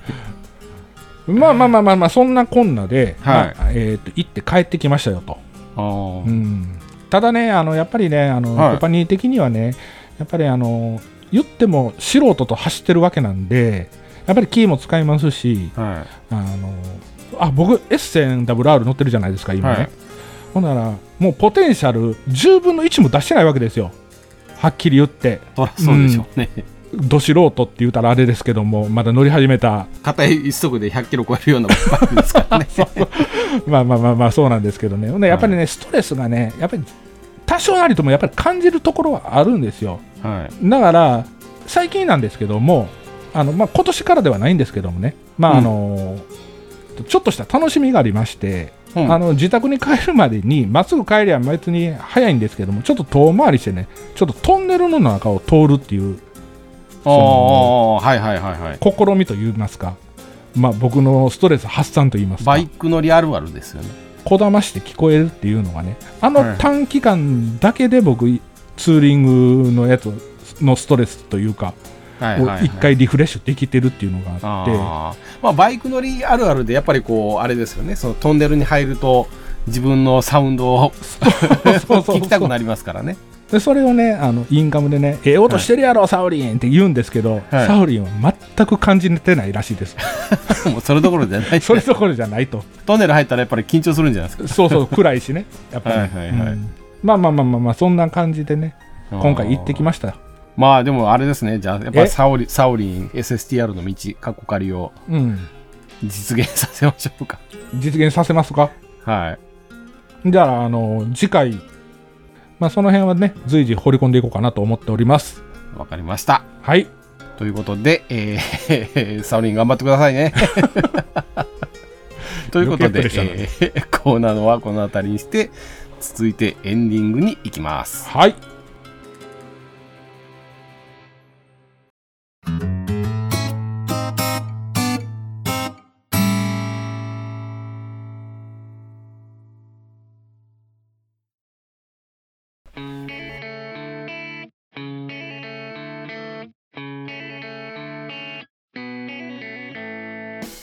[SPEAKER 3] まあまあまあまあまあそんなこんなで、
[SPEAKER 1] はい
[SPEAKER 3] まあえーと行って帰ってきましたよと、
[SPEAKER 1] あー
[SPEAKER 3] うん、ただねあのやっぱりねあの、
[SPEAKER 1] はい
[SPEAKER 3] コパニー的にはねやっぱりあの言っても素人と走ってるわけなんでやっぱりキーも使いますし
[SPEAKER 1] は
[SPEAKER 3] あのあ僕 S1000WR 乗ってるじゃないですか
[SPEAKER 1] い
[SPEAKER 3] 今ね、
[SPEAKER 1] はい
[SPEAKER 3] ほんなら、もうポテンシャル10分の1も出してないわけですよ。はっきり言って、
[SPEAKER 1] そらそうでしょうね
[SPEAKER 3] ど素人って言うたらあれですけども、まだ乗り始めた、
[SPEAKER 1] 片一足で100キロ超えるようなバイクですから ね
[SPEAKER 3] まあまあまあまあそうなんですけどね、ほんでやっぱりね、ストレスがね、やっぱり多少なりともやっぱり感じるところはあるんですよ。
[SPEAKER 1] はい
[SPEAKER 3] だから、最近なんですけども、あのまあ今年からではないんですけどもね、まああのちょっとした楽しみがありまして、
[SPEAKER 1] うん
[SPEAKER 3] あの自宅に帰るまでにまっすぐ帰りは別に早いんですけどもちょっと遠回りしてねちょっとトンネルの中を通るっていう
[SPEAKER 1] ああはいはいはいはい
[SPEAKER 3] 試みといいますか、まあ、僕のストレス発散といいますか
[SPEAKER 1] バイク乗りあるあるですよね
[SPEAKER 3] こだまして聞こえるっていうのがねあ
[SPEAKER 1] は
[SPEAKER 3] の
[SPEAKER 1] い
[SPEAKER 3] 短期間だけで僕ツーリングのやつのストレスというか
[SPEAKER 1] はい
[SPEAKER 3] を
[SPEAKER 1] はい、はい、
[SPEAKER 3] 一回リフレッシュできてるっていうのがあって。
[SPEAKER 1] あーまあ、バイク乗りあるあるでやっぱりこうあれですよねそのトンネルに入ると自分のサウンドを
[SPEAKER 3] そうそう
[SPEAKER 1] 聞きたくなりますからね
[SPEAKER 3] でそれをねあのインカムでね「ええ音してるやろ、サオリン」って言うんですけど、
[SPEAKER 1] はい
[SPEAKER 3] サオリンは全く感じてないらしいです
[SPEAKER 1] もうそれどころじゃない
[SPEAKER 3] それどころじゃないと
[SPEAKER 1] トンネル入ったらやっぱり緊張するんじゃないですか
[SPEAKER 3] そうそう暗いしねやっぱり、
[SPEAKER 1] はいはいはい
[SPEAKER 3] うんまあまあまあまあまあそんな感じでね 今回行ってきましたよ
[SPEAKER 1] まあでもあれですねじゃあやっぱ
[SPEAKER 3] え
[SPEAKER 1] りサオリサオリン SSTR の道カッコ仮を
[SPEAKER 3] うん
[SPEAKER 1] 実現させましょうか
[SPEAKER 3] 実現させますか
[SPEAKER 1] はい
[SPEAKER 3] じゃああの次回まあその辺はね随時掘り込んでいこうかなと思っております
[SPEAKER 1] わかりました
[SPEAKER 3] はい
[SPEAKER 1] ということで、えー サオリン頑張ってください ね。ということで、
[SPEAKER 3] 余計プレッシャーにな
[SPEAKER 1] えーコーナーのはこの辺りにして、続いてエンディングに行きます。
[SPEAKER 3] はい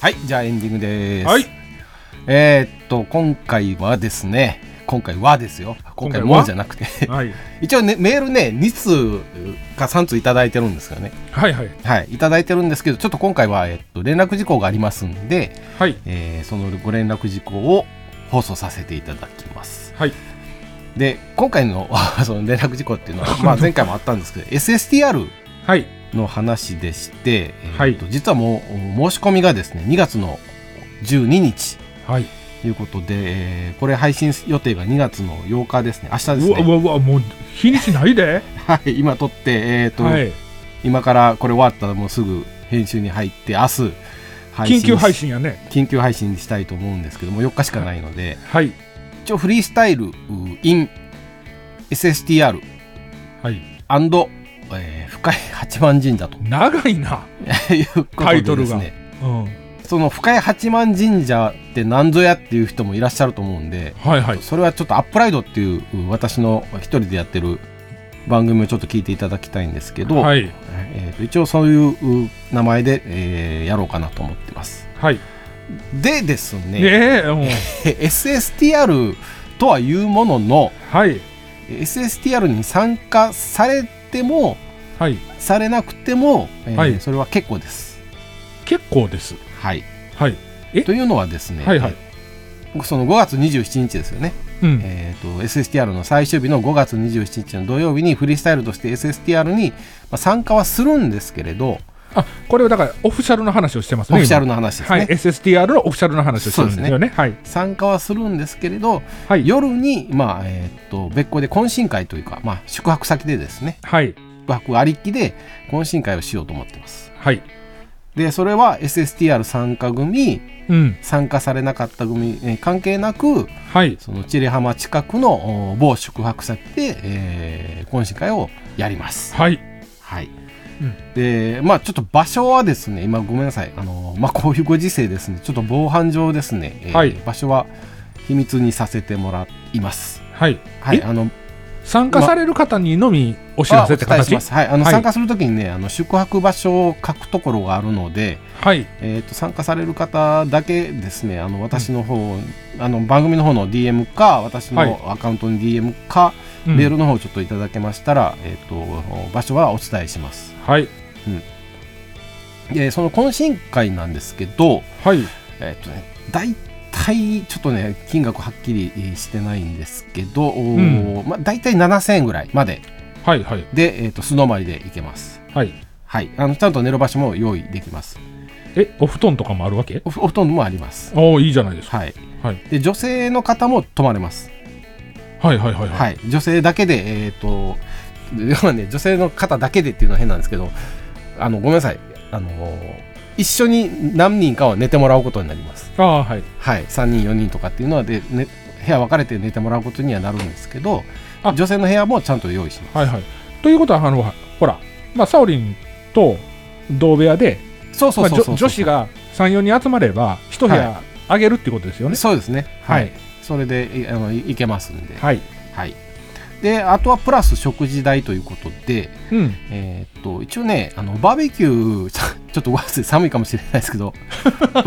[SPEAKER 1] はい、じゃあエンディングです。
[SPEAKER 3] はい。
[SPEAKER 1] えーっと、今回はですね、今回はですよ。今
[SPEAKER 3] 今回
[SPEAKER 1] 回
[SPEAKER 3] は
[SPEAKER 1] もじゃな くて、
[SPEAKER 3] はい
[SPEAKER 1] 一応ね、メールね、2通か3通いただいてるんですよね。
[SPEAKER 3] はいはい
[SPEAKER 1] はい、いただいてるんですけど、ちょっと今回は、えっと、連絡事項がありますんで、
[SPEAKER 3] はい
[SPEAKER 1] えーそのご連絡事項を放送させていただきます。
[SPEAKER 3] はい
[SPEAKER 1] で今回の その連絡事項っていう のは、まあ、前回もあったんですけど SSTR
[SPEAKER 3] はい
[SPEAKER 1] の話でして、えー
[SPEAKER 3] はい
[SPEAKER 1] と実はもうお申し込みがですね2月の12日
[SPEAKER 3] はい
[SPEAKER 1] ということで、えーこれ配信予定が2月の8日ですね明日です
[SPEAKER 3] うわう
[SPEAKER 1] ね
[SPEAKER 3] わうわもう日にちないで
[SPEAKER 1] はい今撮って、えーと
[SPEAKER 3] はい
[SPEAKER 1] 今からこれ終わったらもうすぐ編集に入って明日配信
[SPEAKER 3] 緊急配信やね
[SPEAKER 1] 緊急配信したいと思うんですけども4日しかないので、
[SPEAKER 3] はい
[SPEAKER 1] 一応フリースタイル in SSTR&
[SPEAKER 3] はい
[SPEAKER 1] えー深い八幡神社と
[SPEAKER 3] 長いな
[SPEAKER 1] いうことでです、ね、
[SPEAKER 3] タイトルがうん
[SPEAKER 1] その深い八幡神社って何ぞやっていう人もいらっしゃると思うんで
[SPEAKER 3] はいはい
[SPEAKER 1] それはちょっとアップライドっていうう私の一人でやってる番組をちょっと聞いていただきたいんですけど、
[SPEAKER 3] はい
[SPEAKER 1] えーと一応そういうう名前で、えーやろうかなと思ってます
[SPEAKER 3] はい
[SPEAKER 1] でですね
[SPEAKER 3] ねえうん
[SPEAKER 1] SSTR とはいうものの
[SPEAKER 3] はい。
[SPEAKER 1] SSTR に参加されても
[SPEAKER 3] はい。
[SPEAKER 1] されなくても、えー
[SPEAKER 3] はい
[SPEAKER 1] それは結構です。
[SPEAKER 3] 結構です。
[SPEAKER 1] はい、
[SPEAKER 3] はい。え
[SPEAKER 1] というのはですね、
[SPEAKER 3] はいはい。
[SPEAKER 1] その5月27日ですよね、
[SPEAKER 3] うん。
[SPEAKER 1] えー、と SSTR の最終日の5月27日の土曜日にフリースタイルとして SSTR にまあ参加はするんですけれど、
[SPEAKER 3] あ、これはだからオフィシャルの話をしてます
[SPEAKER 1] オ
[SPEAKER 3] ね。
[SPEAKER 1] フィシャル
[SPEAKER 3] の
[SPEAKER 1] の話ですね、
[SPEAKER 3] はい。SSTR のオフィシャルの話をしてるんですよね。はい。
[SPEAKER 1] 参加はするんですけれど、
[SPEAKER 3] はい。
[SPEAKER 1] 夜に、まあえー、と別個で懇親会というか、まあ、宿泊先でですね
[SPEAKER 3] はい。
[SPEAKER 1] 宿泊ありきで懇親会をしようと思ってます
[SPEAKER 3] はい。
[SPEAKER 1] でそれは SSTR 参加組
[SPEAKER 3] うん。
[SPEAKER 1] 参加されなかった組、えー関係なく
[SPEAKER 3] はい。
[SPEAKER 1] その千里浜近くのお某宿泊先で、えー懇親会をやります
[SPEAKER 3] はい。
[SPEAKER 1] はい、
[SPEAKER 3] うん
[SPEAKER 1] でまあちょっと場所はですね今ごめんなさいあの、まあ、こういうご時世ですねちょっと防犯上ですね、えー
[SPEAKER 3] はい
[SPEAKER 1] 場所は秘密にさせてもらいます
[SPEAKER 3] はい。
[SPEAKER 1] はい、
[SPEAKER 3] え
[SPEAKER 1] あの
[SPEAKER 3] 参加される方にのみお知らせって
[SPEAKER 1] あお伝えし
[SPEAKER 3] 形
[SPEAKER 1] ます。はい、あの、
[SPEAKER 3] はい
[SPEAKER 1] 参加するときにね、あの宿泊場所を書くところがあるので、
[SPEAKER 3] はい。
[SPEAKER 1] えっ、と参加される方だけですね、あの私の方、あの番組の方の DM か私
[SPEAKER 3] はい
[SPEAKER 1] のアカウントの DM か、
[SPEAKER 3] うん
[SPEAKER 1] メールの方をちょっといただけましたら、えっ、と場所はお伝えします。
[SPEAKER 3] はい。
[SPEAKER 1] で、その懇親会なんですけど、
[SPEAKER 3] はい。
[SPEAKER 1] えっ、とね、大体ちょっとね金額はっきりえーしてないんですけど、おーまあ大体7000円ぐらいまで
[SPEAKER 3] はい。はい。
[SPEAKER 1] でえっ、と素泊まりで行けます。
[SPEAKER 3] はい。
[SPEAKER 1] はい、あのちゃんと寝る場所も用意できます。
[SPEAKER 3] え、お布団とかもあるわけ
[SPEAKER 1] おお布団もあります。
[SPEAKER 3] おおいいじゃないですか。
[SPEAKER 1] はい。
[SPEAKER 3] はい。
[SPEAKER 1] で女性の方も泊まれます。
[SPEAKER 3] はいはいはいはい。
[SPEAKER 1] はい。女性だけでえっ、と 要はね女性の方だけでっていうのは変なんですけど、あのごめんなさい。あの一緒に何人かは寝てもらうことになります。
[SPEAKER 3] ああ、はい。
[SPEAKER 1] はい。三人四人とかっていうのはで、ね、部屋分かれて寝てもらうことにはなるんですけど、
[SPEAKER 3] あ
[SPEAKER 1] 女性の部屋もちゃんと用意します。
[SPEAKER 3] はいはい。ということは、あの、ほら、まあ、サオリンと同部屋で、
[SPEAKER 1] そうそ
[SPEAKER 3] ま
[SPEAKER 1] うそ
[SPEAKER 3] あ、
[SPEAKER 1] う
[SPEAKER 3] 女
[SPEAKER 1] そう。
[SPEAKER 3] 女子。が3、4人集まれば、一部屋あげるってことですよね。
[SPEAKER 1] そうですね。は。
[SPEAKER 3] はいい。
[SPEAKER 1] それでいあのいいけますんで。
[SPEAKER 3] はい。
[SPEAKER 1] はい、であとはプラス食事代ということで、
[SPEAKER 3] うん。
[SPEAKER 1] えーっと一応ねあのバーベキュー ちょっとごめんなさい寒いかもしれないですけど バ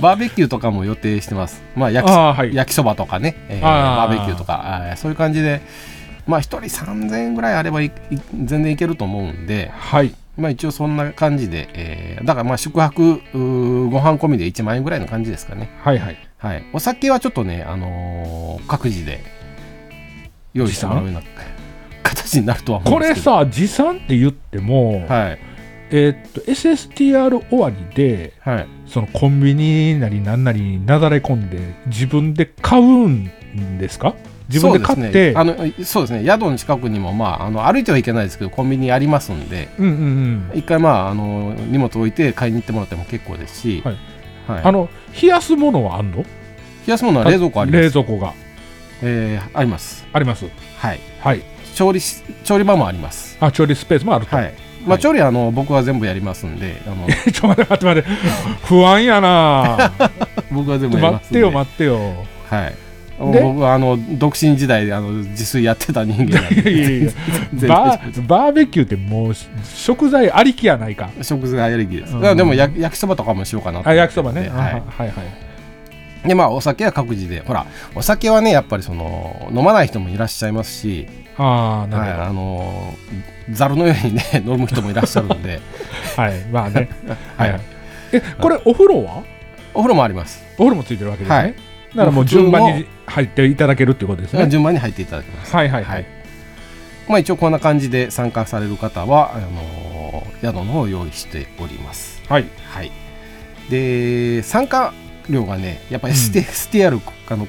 [SPEAKER 1] バーベキューとかも予定してます、まあ、焼き
[SPEAKER 3] ああ、はい。
[SPEAKER 1] 焼きそばとかね、えー
[SPEAKER 3] あ
[SPEAKER 1] バ
[SPEAKER 3] ー
[SPEAKER 1] ーベキューとかあーそういう感じで。まあ、1人3000円ぐらいあればいい全然いけると思うんで、
[SPEAKER 3] はい。
[SPEAKER 1] まあ、一応そんな感じで、えーだからまあ宿泊うーご飯込みで1万円ぐらいの感じですかね。
[SPEAKER 3] はいはい。
[SPEAKER 1] はい、お酒はちょっとね、あのー各自で用意してもらうような形になるとは思う
[SPEAKER 3] こ
[SPEAKER 1] んで
[SPEAKER 3] れ
[SPEAKER 1] すけど
[SPEAKER 3] さ、持参って言っても、
[SPEAKER 1] はい
[SPEAKER 3] えーっと、SSTR 終わりで、
[SPEAKER 1] はい
[SPEAKER 3] そのコンビニなりなんなりになだれ込んで、自分で買うんですか自分で買
[SPEAKER 1] そうです
[SPEAKER 3] って、
[SPEAKER 1] ねあのそうですね宿の近くにも、まあ、あの歩いてはいけないですけどコンビニありますんで
[SPEAKER 3] うんうんうん。
[SPEAKER 1] 一回、まあ、あの荷物置いて買いに行ってもらっても結構ですし、
[SPEAKER 3] はい
[SPEAKER 1] はい
[SPEAKER 3] あの、冷やすものはあんの
[SPEAKER 1] 冷やすものは冷蔵庫あります
[SPEAKER 3] 冷蔵庫が
[SPEAKER 1] えーあります、
[SPEAKER 3] あります。
[SPEAKER 1] はい、
[SPEAKER 3] はい。
[SPEAKER 1] 調理し調理場もあります、
[SPEAKER 3] あ、調理スペースもあると。
[SPEAKER 1] はいま
[SPEAKER 3] は
[SPEAKER 1] あ、
[SPEAKER 3] い
[SPEAKER 1] 調理はあの僕は全部やりますんであの
[SPEAKER 3] ちょ、待って待って待って。不安 やな
[SPEAKER 1] 僕は全部やりま
[SPEAKER 3] 待っ
[SPEAKER 1] すん
[SPEAKER 3] て
[SPEAKER 1] で
[SPEAKER 3] よ、待ってよ。
[SPEAKER 1] はい。
[SPEAKER 3] で
[SPEAKER 1] 僕はあの独身時代であの自炊やってた人間 なん
[SPEAKER 3] いやいや
[SPEAKER 1] で
[SPEAKER 3] いや
[SPEAKER 1] 全然
[SPEAKER 3] バーバーベキューってもう食材ありきやないか。
[SPEAKER 1] 食材アレルギーです、
[SPEAKER 3] うん
[SPEAKER 1] あでも焼焼きそばとかもしようかなと思っ
[SPEAKER 3] あ
[SPEAKER 1] て
[SPEAKER 3] 焼きそばね。
[SPEAKER 1] はい
[SPEAKER 3] あはいはい。
[SPEAKER 1] でまあお酒は各自でほらお酒はねやっぱりその飲まない人もいらっしゃいますし、
[SPEAKER 3] ああ、な
[SPEAKER 1] はい、
[SPEAKER 3] る
[SPEAKER 1] あのざるのようにね 飲む人もいらっしゃるんで、
[SPEAKER 3] ほど。はい。まあね。
[SPEAKER 1] は
[SPEAKER 3] はいい。え、これお風呂は
[SPEAKER 1] お風呂もあります
[SPEAKER 3] お風呂もついてるわけです
[SPEAKER 1] は
[SPEAKER 3] ね
[SPEAKER 1] い。
[SPEAKER 3] だからもう順番
[SPEAKER 1] 普
[SPEAKER 3] に入っていただけるってことですね。
[SPEAKER 1] 順番に入っていただきます、
[SPEAKER 3] はいはい
[SPEAKER 1] は
[SPEAKER 3] はいい。
[SPEAKER 1] まあ、一応こんな感じで参加される方はあの宿の方を用意しております
[SPEAKER 3] はい。
[SPEAKER 1] はい、で参加料がねやっぱ STR、あの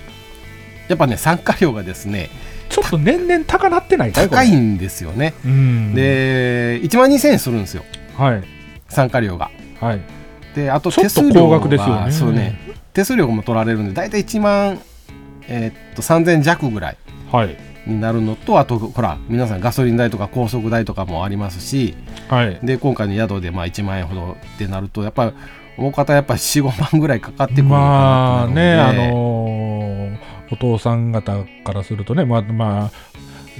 [SPEAKER 1] やっぱね参加料がですね
[SPEAKER 3] ちょっと年々高なってないか
[SPEAKER 1] 高い
[SPEAKER 3] こ
[SPEAKER 1] んですよね、
[SPEAKER 3] れうん。、
[SPEAKER 1] で1万2000円するんですよ
[SPEAKER 3] はい。
[SPEAKER 1] 参加料が
[SPEAKER 3] はい。
[SPEAKER 1] であと
[SPEAKER 3] ちょ
[SPEAKER 1] 手
[SPEAKER 3] っと
[SPEAKER 1] 数料
[SPEAKER 3] 高
[SPEAKER 1] が
[SPEAKER 3] 額ですよね。
[SPEAKER 1] そうね。手数料も取られるんで大体1万、えーっと3000弱ぐらい
[SPEAKER 3] はい。
[SPEAKER 1] になるのとあとほら皆さんガソリン代とか高速代とかもありますし
[SPEAKER 3] はい。
[SPEAKER 1] で今回の宿でまあ1万円ほどってなるとやっぱり大方やっぱ45万ぐらいかかってくるのか
[SPEAKER 3] ま
[SPEAKER 1] なと思
[SPEAKER 3] あ
[SPEAKER 1] うの
[SPEAKER 3] ね、
[SPEAKER 1] で
[SPEAKER 3] あのーお父さん方からするとね、まあ、まあ、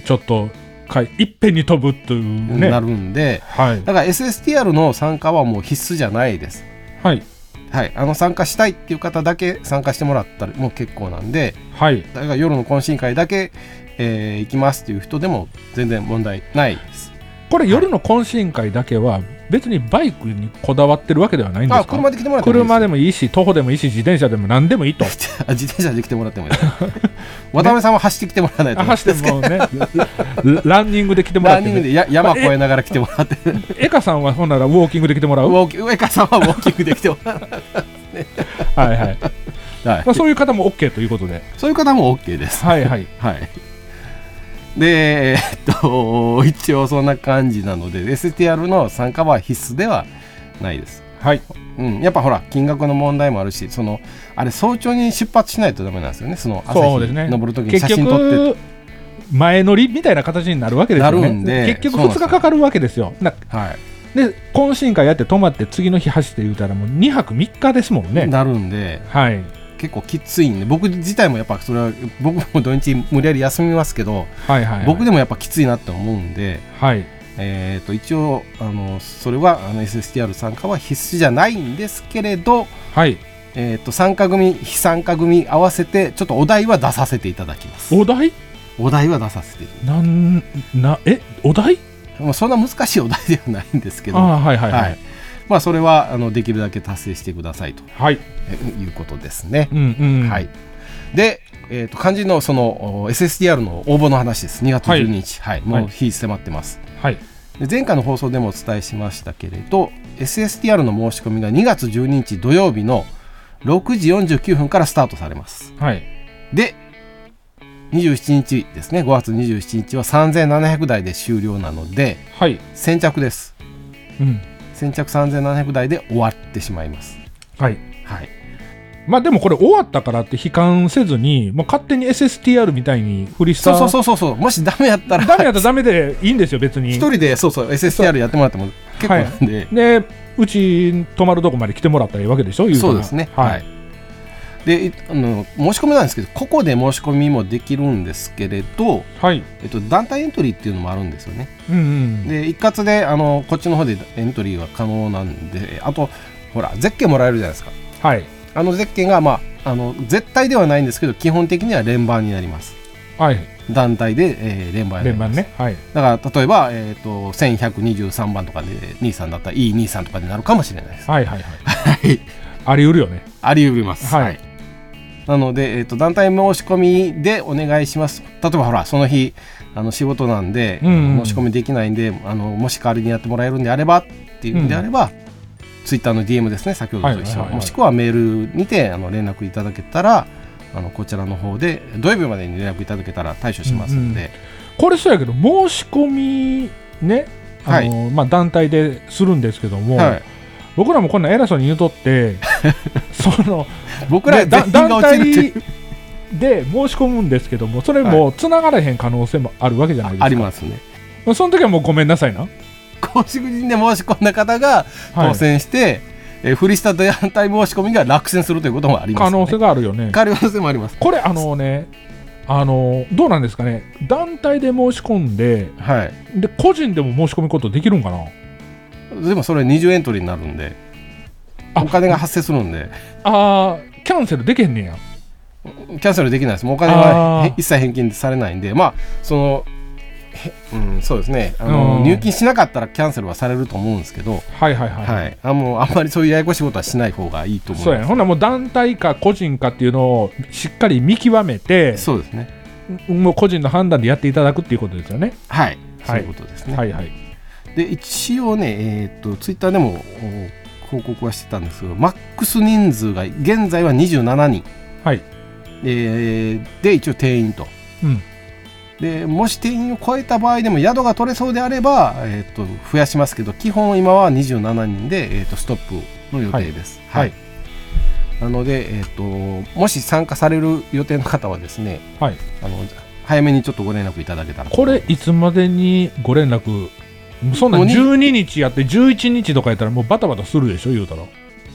[SPEAKER 3] ちょっとかいいっぺんに飛ぶというね。
[SPEAKER 1] なるんで
[SPEAKER 3] はい。
[SPEAKER 1] だから SSTR の参加はもう必須じゃないです
[SPEAKER 3] はい。
[SPEAKER 1] はい、あの参加したいっていう方だけ参加してもらったらもう結構なんで
[SPEAKER 3] はい。
[SPEAKER 1] だから夜の懇親会だけ、えー行きますっていう人でも全然問題ないです。
[SPEAKER 3] これ、夜の懇親会だけは、別にバイクにこだわってるわけではないんです
[SPEAKER 1] あ
[SPEAKER 3] か
[SPEAKER 1] 車で来てもらってもいいです
[SPEAKER 3] 車でもいいし、徒歩でもいいし、自転車でも何でもいい と。
[SPEAKER 1] あ自転車で来てもらってもいいです。 渡辺さんは走ってきてもらわないと
[SPEAKER 3] あ
[SPEAKER 1] 思う。
[SPEAKER 3] 走ってもうね、ランニングで来てもら
[SPEAKER 1] ラ
[SPEAKER 3] っ
[SPEAKER 1] ン
[SPEAKER 3] て、
[SPEAKER 1] ニング
[SPEAKER 3] ね、
[SPEAKER 1] でや山越えながら来てもらって、
[SPEAKER 3] エカさんはほんならウォーキングで来てもら
[SPEAKER 1] ウ
[SPEAKER 3] う。は
[SPEAKER 1] ォーキング上川さんはウォーキングで来てもらう。
[SPEAKER 3] いはい。
[SPEAKER 1] はい
[SPEAKER 3] まあ、そういう方も OK ということで。
[SPEAKER 1] そういう方も OK です。
[SPEAKER 3] はいはい。
[SPEAKER 1] はい。で、えっと、 一応そんな感じなので、STR の参加は必須ではないです。
[SPEAKER 3] はい。
[SPEAKER 1] うん、やっぱほら、金額の問題もあるし、その、あれ、早朝に出発しないとダメなんですよね、その朝
[SPEAKER 3] そうで
[SPEAKER 1] 日、
[SPEAKER 3] すね
[SPEAKER 1] 登るときに
[SPEAKER 3] 結
[SPEAKER 1] 写真撮って
[SPEAKER 3] 局、前乗りみたいな形になるわけですよ
[SPEAKER 1] な
[SPEAKER 3] ね。
[SPEAKER 1] るんで
[SPEAKER 3] 結局
[SPEAKER 1] そうなんで
[SPEAKER 3] 2
[SPEAKER 1] すよ
[SPEAKER 3] 日かかるわけですよ。な
[SPEAKER 1] はい、
[SPEAKER 3] で、懇親会やって泊まって次の日走って言うたらもう2泊3日ですもんね。
[SPEAKER 1] なるんで、
[SPEAKER 3] はい。
[SPEAKER 1] 結構きついんで僕自体もやっぱそれは僕も土日無理やり休みますけど、
[SPEAKER 3] はいはい、はい。
[SPEAKER 1] 僕でもやっぱきついなって思うんで、
[SPEAKER 3] はい。
[SPEAKER 1] えー、と一応あのそれはあの SSTR 参加は必須じゃないんですけれど、
[SPEAKER 3] はい。
[SPEAKER 1] えー、と参加組非参加組合わせてちょっとお題は出させていただきます
[SPEAKER 3] お題
[SPEAKER 1] お題は出させていただき
[SPEAKER 3] なん、な、え、お題
[SPEAKER 1] ますまあそんな難しいお題ではないんですけど
[SPEAKER 3] ああ、はいはいは
[SPEAKER 1] はいい。まあ、それはあのできるだけ達成してくださいと
[SPEAKER 3] はい。
[SPEAKER 1] えいうことですね
[SPEAKER 3] う、んうん。
[SPEAKER 1] はい。で、えー、と肝心のそのお SSDR の応募の話です2月12日、はい
[SPEAKER 3] はい
[SPEAKER 1] もう日迫ってます、
[SPEAKER 3] はい。
[SPEAKER 1] で前回の放送でもお伝えしましたけれど SSDR の申し込みが2月12日土曜日の6時49分からスタートされます
[SPEAKER 3] はい。
[SPEAKER 1] で27日ですね5月27日は3700台で終了なので
[SPEAKER 3] はい。
[SPEAKER 1] 先着です
[SPEAKER 3] うん。
[SPEAKER 1] 先着3700台で終わってしまいます
[SPEAKER 3] はい。
[SPEAKER 1] はい
[SPEAKER 3] まあでもこれ終わったからって悲観せずに、もう勝手に SSTR みたいに振りした
[SPEAKER 1] そうそうそうそうそうもしダメやったら
[SPEAKER 3] ダメやったらダメでいいんですよ、別に。
[SPEAKER 1] 一人でそうそう SSTR やってもらっても結構なんで、
[SPEAKER 3] で、うち泊まるとこまで来てもらったらいいわけでしょ、言たら
[SPEAKER 1] そうですね
[SPEAKER 3] は
[SPEAKER 1] はいい。でいあの申し込みなんですけど個々で申し込みもできるんですけれど、
[SPEAKER 3] はい。
[SPEAKER 1] えっと、団体エントリーっていうのもあるんですよね
[SPEAKER 3] うんうん。
[SPEAKER 1] で一括であのこっちの方でエントリーは可能なんであとほらゼッケンもらえるじゃないですか
[SPEAKER 3] はい。
[SPEAKER 1] あのゼッケンがまああの絶対ではないんですけど基本的には連番になります
[SPEAKER 3] はい。
[SPEAKER 1] 団体で、えー連番にな
[SPEAKER 3] 連
[SPEAKER 1] りま
[SPEAKER 3] 番
[SPEAKER 1] す
[SPEAKER 3] ね。はい。
[SPEAKER 1] だから例えば、えー、と1123番とかで23だったら E23 とかになるかもしれないです
[SPEAKER 3] はいはいはい。
[SPEAKER 1] はい
[SPEAKER 3] あり得るよね。
[SPEAKER 1] あり得ます。
[SPEAKER 3] はい
[SPEAKER 1] なので、えっと団体申し込みでお願いします。例えばほらその日あの仕事なんで、
[SPEAKER 3] うんう
[SPEAKER 1] 申
[SPEAKER 3] ん
[SPEAKER 1] し込みできないんであのもし代わりにやってもらえるんであればっていうんであれば、ツイッターの DM ですね先ほどと一緒、
[SPEAKER 3] はいはいはい
[SPEAKER 1] もしくはメールにてあの連絡いただけたらあのこちらの方で土曜日までに連絡いただけたら対処しますので、
[SPEAKER 3] これそうやけど、申し込みね、あの、まあ団体でするんですけども、
[SPEAKER 1] はい、
[SPEAKER 3] 僕らもこんな偉そうに言う とって、その、
[SPEAKER 1] 僕ら
[SPEAKER 3] でだ
[SPEAKER 1] 全員が
[SPEAKER 3] 団
[SPEAKER 1] 落ちるって
[SPEAKER 3] 体で申し込むんですけども、それも繋がれへん可能性もあるわけじゃないですか。
[SPEAKER 1] ありますね。
[SPEAKER 3] まあその時はもうごめんなさいな。
[SPEAKER 1] 公式人で申し込んだ方が
[SPEAKER 3] はい
[SPEAKER 1] 当選して、えー、振りした団体申し込みが落選するということもありま
[SPEAKER 3] 可
[SPEAKER 1] す、ね、
[SPEAKER 3] 能性があるよね。
[SPEAKER 1] 可能性もあります。
[SPEAKER 3] これ、あのね、あのどうなんですかね、団体で申し込んで、
[SPEAKER 1] はい。
[SPEAKER 3] で個人でも申し込むことできるんかな
[SPEAKER 1] でもそれ20エントリーになるんで、
[SPEAKER 3] あ
[SPEAKER 1] お金が発生するんで、
[SPEAKER 3] あー、キャンセルできへんねんや。
[SPEAKER 1] キャンセルできないです。もうお金
[SPEAKER 3] あ
[SPEAKER 1] は
[SPEAKER 3] ー
[SPEAKER 1] へ一切返金されないんで、まあ、その、へうん、そうですねあの、
[SPEAKER 3] うん
[SPEAKER 1] 入金しなかったらキャンセルはされると思うんですけど、
[SPEAKER 3] はいはいはい。
[SPEAKER 1] はい、あもうあんまりそういうややこしいことはしない方がいいと思い
[SPEAKER 3] そうや
[SPEAKER 1] ま
[SPEAKER 3] ね、
[SPEAKER 1] す。
[SPEAKER 3] ほんならもう団体か個人かっていうのをしっかり見極めて、
[SPEAKER 1] そうですね。
[SPEAKER 3] もう個人の判断でやっていただくっていうことですよね。
[SPEAKER 1] はい。そ
[SPEAKER 3] は
[SPEAKER 1] う
[SPEAKER 3] い
[SPEAKER 1] いうことですね。
[SPEAKER 3] はいはい。
[SPEAKER 1] で一応ね、えー、とツイッターでもお報告はしてたんですけどマックス人数が現在は27人、
[SPEAKER 3] はい。
[SPEAKER 1] えーで一応定員と
[SPEAKER 3] うん。
[SPEAKER 1] でもし定員を超えた場合でも宿が取れそうであれば、えー、と増やしますけど基本今は27人で、えー、とストップの予定です、
[SPEAKER 3] はい
[SPEAKER 1] なので、えー、ともし参加される予定の方はですね
[SPEAKER 3] はい。
[SPEAKER 1] あの早めにちょっとご連絡いただけたらと
[SPEAKER 3] これ、いつまでにご連絡、そんなん
[SPEAKER 1] もうに
[SPEAKER 3] 12日やって11日とかやったらもうバタバタするでしょ、言うたら。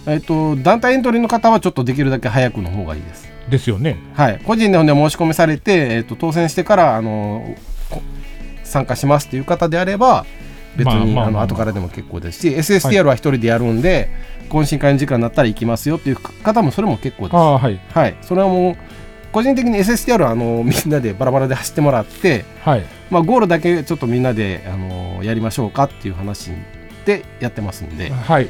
[SPEAKER 1] えー、と団体エントリーの方はちょっとできるだけ早くの方がいいです
[SPEAKER 3] ですよね。
[SPEAKER 1] はい、個人でほんで申し込みされて、えっと当選してから、あのこ参加しますという方であれば、別
[SPEAKER 4] まあ
[SPEAKER 1] に、
[SPEAKER 4] まあまあまあ
[SPEAKER 1] あの後からでも結構ですし SSTR は一人でやるんで、懇親会の時間になったら行きますよっていう方もそれも結構です
[SPEAKER 3] ああはい
[SPEAKER 1] はい、それはもう個人的に SSTR はあのみんなでバラバラで走ってもらって、
[SPEAKER 3] はい
[SPEAKER 1] まあ、ゴールだけちょっとみんなであのやりましょうかっていう話でやってますんで、
[SPEAKER 3] はい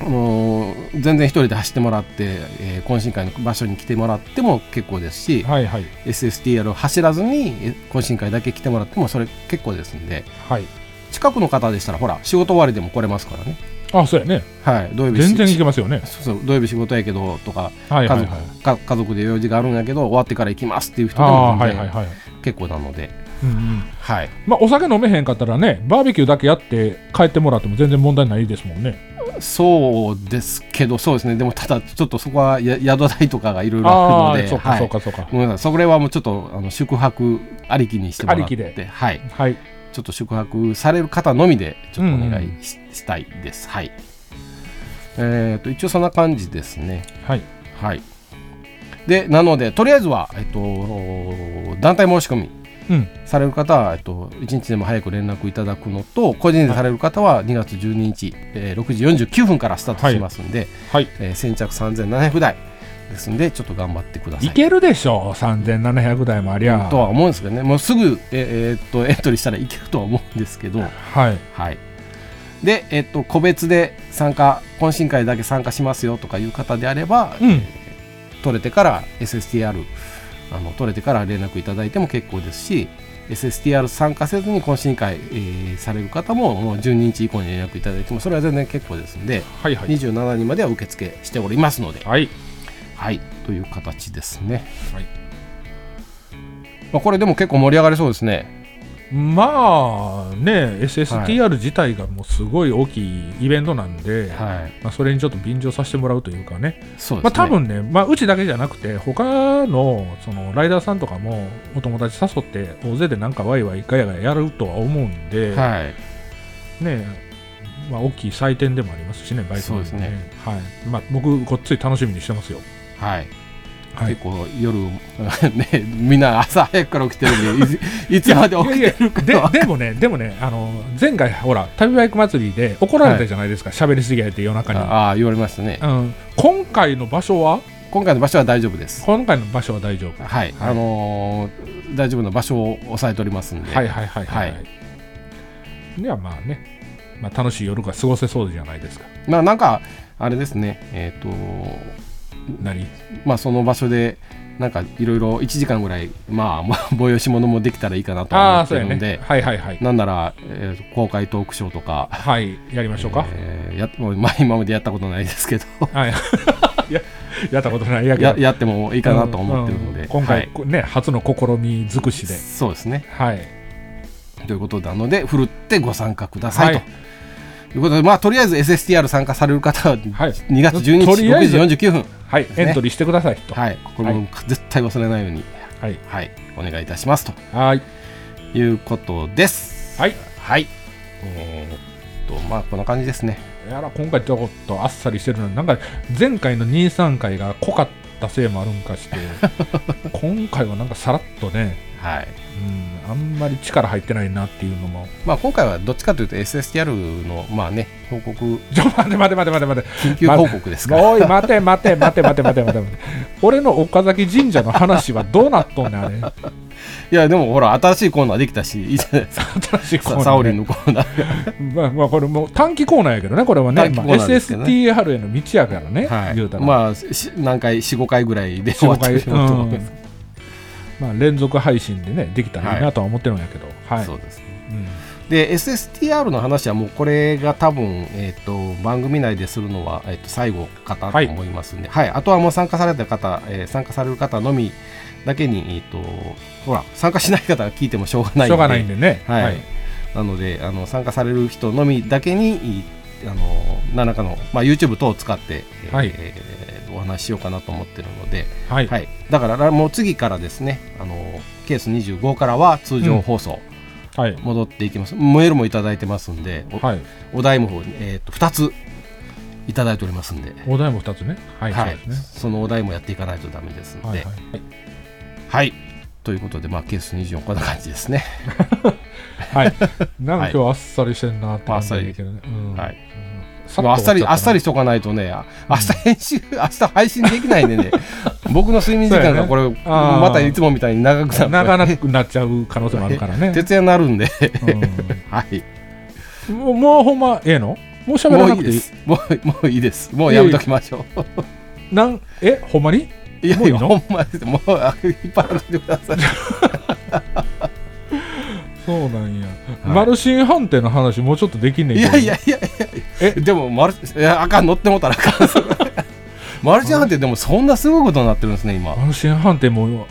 [SPEAKER 1] あの全然一人で走ってもらって、えー懇親会の場所に来てもらっても結構ですし、
[SPEAKER 3] はいはい
[SPEAKER 1] SSTR を走らずにえ懇親会だけ来てもらってもそれ結構ですんで
[SPEAKER 3] はい
[SPEAKER 1] 近くの方でしたらほら仕事終わりでも来れますからね、
[SPEAKER 3] あそうやね
[SPEAKER 1] はい、土曜日し
[SPEAKER 3] 全然行けますよね
[SPEAKER 1] そうそう土曜日仕事やけどとか
[SPEAKER 3] はい
[SPEAKER 1] 家
[SPEAKER 3] はい
[SPEAKER 1] 族,、
[SPEAKER 3] はい
[SPEAKER 1] か家族で用事があるんやけど終わってから行きますっていう人で
[SPEAKER 3] あ
[SPEAKER 1] も
[SPEAKER 3] あはい
[SPEAKER 1] 全
[SPEAKER 3] はい
[SPEAKER 1] 然
[SPEAKER 3] はい
[SPEAKER 1] 結構なので、
[SPEAKER 3] うんうん
[SPEAKER 1] はい、
[SPEAKER 3] まあお酒飲めへんかったらねバーベキューだけやって帰ってもらっても全然問題ないですもんね
[SPEAKER 1] そうですけどそうですねでもただちょっとそこはや宿代とかがいろいろ
[SPEAKER 3] あ
[SPEAKER 1] あ
[SPEAKER 3] あ
[SPEAKER 1] るの
[SPEAKER 3] ー
[SPEAKER 1] で
[SPEAKER 3] そうか
[SPEAKER 1] はい
[SPEAKER 3] そうかそうか
[SPEAKER 1] ごめんなさいそれはもうちょっとあの宿泊ありきにしてもらって
[SPEAKER 3] ありきで
[SPEAKER 1] はい、
[SPEAKER 3] はい
[SPEAKER 1] ちょっと宿泊される方のみでちょっとお願
[SPEAKER 3] うん
[SPEAKER 1] いし,、たいですはいえー、と一応そんな感じですね
[SPEAKER 3] はい
[SPEAKER 1] はいでなのでとりあえずは、えっと、団体申し込み
[SPEAKER 3] うん
[SPEAKER 1] される方は、えっと、1日でも早く連絡いただくのと個人でされる方は2月12日、えー6時49分からスタートしますんで、
[SPEAKER 3] はい
[SPEAKER 1] えー先着3700台ですんでちょっと頑張ってください
[SPEAKER 3] いけるでしょ3700台もありゃ
[SPEAKER 1] とは思うんですけどねもうすぐえ、えーっとエントリーしたらいけるとは思うんですけど、
[SPEAKER 3] はい
[SPEAKER 1] はい、で、えっと個別で参加懇親会だけ参加しますよとかいう方であれば、
[SPEAKER 3] うん
[SPEAKER 1] 取れてから SSTR あの取れてから連絡いただいても結構ですし SSTR 参加せずに懇親会、えーされる方ももう12日以降に連絡いただいてもそれは全然結構ですので、
[SPEAKER 3] はいはい
[SPEAKER 1] 27人までは受付しておりますので、
[SPEAKER 3] はい
[SPEAKER 1] はい、という形ですね、
[SPEAKER 3] はい
[SPEAKER 1] まあ、これでも結構盛り上がりそうですね
[SPEAKER 3] まあね SSTR 自体がもうすごい大きいイベントなんで、
[SPEAKER 1] はい
[SPEAKER 3] まあ、それにちょっと便乗させてもらうというかね、
[SPEAKER 1] そうですね、
[SPEAKER 3] まあ、多分ね、まあ、うちだけじゃなくて他のそのライダーさんとかもお友達誘って大勢でなんかワイワイガヤガヤやるとは思うんで、
[SPEAKER 1] はい
[SPEAKER 3] ねまあ、大きい祭典でもありますしねバイク
[SPEAKER 1] そうですね
[SPEAKER 3] はいまあ、僕こっち楽しみにしてますよ
[SPEAKER 1] はい、
[SPEAKER 3] はい
[SPEAKER 1] 結構夜 ねみんな朝早くから起きてるんでいつい つまで起きてるか
[SPEAKER 3] で
[SPEAKER 1] は
[SPEAKER 3] でもね、でもね、あの前回、ほら、旅バイク祭りで怒られたじゃないですか、喋、りすぎやって夜中に。
[SPEAKER 1] ああ言われましたね
[SPEAKER 3] うん、今回の場所は
[SPEAKER 1] 今回の場所は大丈夫です
[SPEAKER 3] 今回の場所は大丈夫。
[SPEAKER 1] はい、
[SPEAKER 3] はい
[SPEAKER 1] あのー大丈夫な場所を押さえておりますんで
[SPEAKER 3] はいはいはいはい。
[SPEAKER 1] は
[SPEAKER 3] ではまあね、まあ、楽しい夜が過ごせそうじゃないですか。
[SPEAKER 1] まあなんかあれですねえっ、
[SPEAKER 3] 何
[SPEAKER 1] とまあその場所でなんかいろいろ1時間ぐらいまあま あ催し物もできたらいいかなとは
[SPEAKER 3] あ
[SPEAKER 1] 思
[SPEAKER 3] あ、
[SPEAKER 1] って
[SPEAKER 3] そう
[SPEAKER 1] る
[SPEAKER 3] や
[SPEAKER 1] ので、
[SPEAKER 3] ね。はいはいはい。
[SPEAKER 1] なんなら、えー公開トークショーとか
[SPEAKER 3] はい、やりましょうか。
[SPEAKER 1] えーやもうまあ今までやったことないですけど
[SPEAKER 3] はい、 ややったことないやけど
[SPEAKER 1] ややってもいいかなと思ってるので、
[SPEAKER 3] うんうん今
[SPEAKER 1] は
[SPEAKER 3] 回、
[SPEAKER 1] い
[SPEAKER 3] こね、初の試み尽くしで。
[SPEAKER 1] そうですね
[SPEAKER 3] はい。
[SPEAKER 1] ということなのでふるってご参加ください、
[SPEAKER 3] はい
[SPEAKER 1] ということでまあとりあえず SSTR 参加される方は2
[SPEAKER 3] はい。
[SPEAKER 1] 月12日
[SPEAKER 3] とりあえず
[SPEAKER 1] 6時49分
[SPEAKER 3] はい、
[SPEAKER 1] すね
[SPEAKER 3] エントリーしてくださいと。
[SPEAKER 1] はいこれ
[SPEAKER 3] は
[SPEAKER 1] も絶対忘れないように
[SPEAKER 3] はい。
[SPEAKER 1] はいお願いいたしますと
[SPEAKER 3] はい。
[SPEAKER 1] いうことです
[SPEAKER 3] はい。
[SPEAKER 1] はいえーっとまあこんな感じですね
[SPEAKER 3] やら今回ちょっとあっさりしてるのになんか前回の23回が濃かったせいもあるんかして 今回はなんかさらっとね、
[SPEAKER 1] はい
[SPEAKER 3] うん、あんまり力入ってないなっていうのも
[SPEAKER 1] まあ今回はどっちかというと SSTR のまあね報告
[SPEAKER 3] ちょ待て待て待て待て待て
[SPEAKER 1] 緊急報告ですから、
[SPEAKER 3] おい待て待て待て待て待て待て待て俺の岡崎神社の話はどうなっとんねんあれ
[SPEAKER 1] いやでもほら新しいコーナーできたしいいじゃないですか
[SPEAKER 3] 新しいコーナーね
[SPEAKER 1] サオリンのコーナー
[SPEAKER 3] まあまあこれもう短期コーナーやけどねこれはね
[SPEAKER 1] 短期コー
[SPEAKER 3] まあ、
[SPEAKER 1] ナーですけどね
[SPEAKER 3] SSTR への道やからね、言うたら
[SPEAKER 1] まあし何回45回ぐらいで終わ っ
[SPEAKER 3] 紹
[SPEAKER 1] て
[SPEAKER 3] 介、
[SPEAKER 1] ると思います
[SPEAKER 3] まあ、連続配信でねできたらいいなとは思ってるんやけど、はい
[SPEAKER 1] そうですね
[SPEAKER 3] うん
[SPEAKER 1] で SSTR の話はもうこれが多分、えー、と番組内でするのは、えー、と最後かと
[SPEAKER 3] はい
[SPEAKER 1] 思いますんで、はいあとはもう参加された方、えー参加される方のみだけに、えー、とほら参加しない方が聞いてもしょうがないんで
[SPEAKER 3] しょうがないんでね。
[SPEAKER 1] はいなのであの参加される人のみだけにいあの何らかの、まあ、YouTube 等を使って、えー
[SPEAKER 3] はい
[SPEAKER 1] えーお話ししようかなと思ってるので、
[SPEAKER 3] はい。
[SPEAKER 1] はい、だかららもう次からですねあのケース25からは通常放送、
[SPEAKER 3] はい。
[SPEAKER 1] 戻っていきますメールもいただいてますんでお,、
[SPEAKER 3] はい。
[SPEAKER 1] 題も、えー、と2ついただいておりますんで,、
[SPEAKER 3] お題も2つね。はい。
[SPEAKER 1] は
[SPEAKER 3] はいい。
[SPEAKER 1] そのお題もやっていかないとダメですので
[SPEAKER 3] は
[SPEAKER 1] はいい、。ということで、まあ、ケース24こんな感じですね
[SPEAKER 3] はい。なん
[SPEAKER 1] は
[SPEAKER 3] か
[SPEAKER 1] い
[SPEAKER 3] 今日あっさりしてんなって
[SPEAKER 1] あ
[SPEAKER 3] 感
[SPEAKER 1] っ
[SPEAKER 3] じ
[SPEAKER 1] さり
[SPEAKER 3] だけどね。うん
[SPEAKER 1] はい。
[SPEAKER 3] さっと終
[SPEAKER 1] あ
[SPEAKER 3] わ
[SPEAKER 1] っ
[SPEAKER 3] ちゃ
[SPEAKER 1] さ
[SPEAKER 3] た
[SPEAKER 1] り、
[SPEAKER 3] な
[SPEAKER 1] あっさりしとかないとね、あ明日編集、明日配信できないんでね、僕の睡眠時間がこれ、
[SPEAKER 3] あー
[SPEAKER 1] またいつもみたいに長くなる
[SPEAKER 3] 長なくなっちゃう可能性もあるから ね。
[SPEAKER 1] 徹夜になるんで、
[SPEAKER 3] う
[SPEAKER 1] はい。
[SPEAKER 3] んもうもうほんまええのもう喋
[SPEAKER 1] も
[SPEAKER 3] ら
[SPEAKER 1] う
[SPEAKER 3] ないく
[SPEAKER 1] い
[SPEAKER 3] て
[SPEAKER 1] で
[SPEAKER 3] いい
[SPEAKER 1] す。もう、もういいです。もうやめときましょ
[SPEAKER 3] なんえほんまに
[SPEAKER 1] う。いや
[SPEAKER 3] もう
[SPEAKER 1] い
[SPEAKER 3] いいの
[SPEAKER 1] や、ほんまです。もう、あいっぱいあってください。
[SPEAKER 3] そうなんや、
[SPEAKER 1] はい
[SPEAKER 3] マルシン判定の話もうちょっとできんねん
[SPEAKER 1] い
[SPEAKER 3] けど
[SPEAKER 1] やいやいやいや
[SPEAKER 3] え
[SPEAKER 1] でもマルチいやあかん乗ってもたらあかん マルチハンってでもそんなすごいことになってるんですね今
[SPEAKER 3] マルシン判定も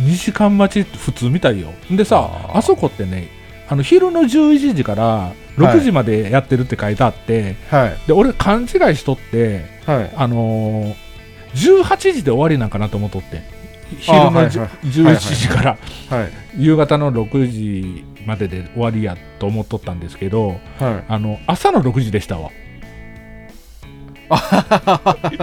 [SPEAKER 3] 2時間待ち普通みたいよでさ
[SPEAKER 1] あ
[SPEAKER 3] あ
[SPEAKER 1] ー
[SPEAKER 3] そこってねあの昼の11時から6時までやってるって書いてあって、
[SPEAKER 1] はい
[SPEAKER 3] で俺勘違いしとって
[SPEAKER 1] はい
[SPEAKER 3] あのー、18時で終わりなんかなと思っとって昼
[SPEAKER 1] あーはい
[SPEAKER 3] の
[SPEAKER 1] はい
[SPEAKER 3] じゅ
[SPEAKER 1] はい
[SPEAKER 3] 11時から
[SPEAKER 1] はい
[SPEAKER 3] 夕方の6時までで終わりやと思っとったんですけど
[SPEAKER 1] はい
[SPEAKER 3] あの朝の6時 でしたわ。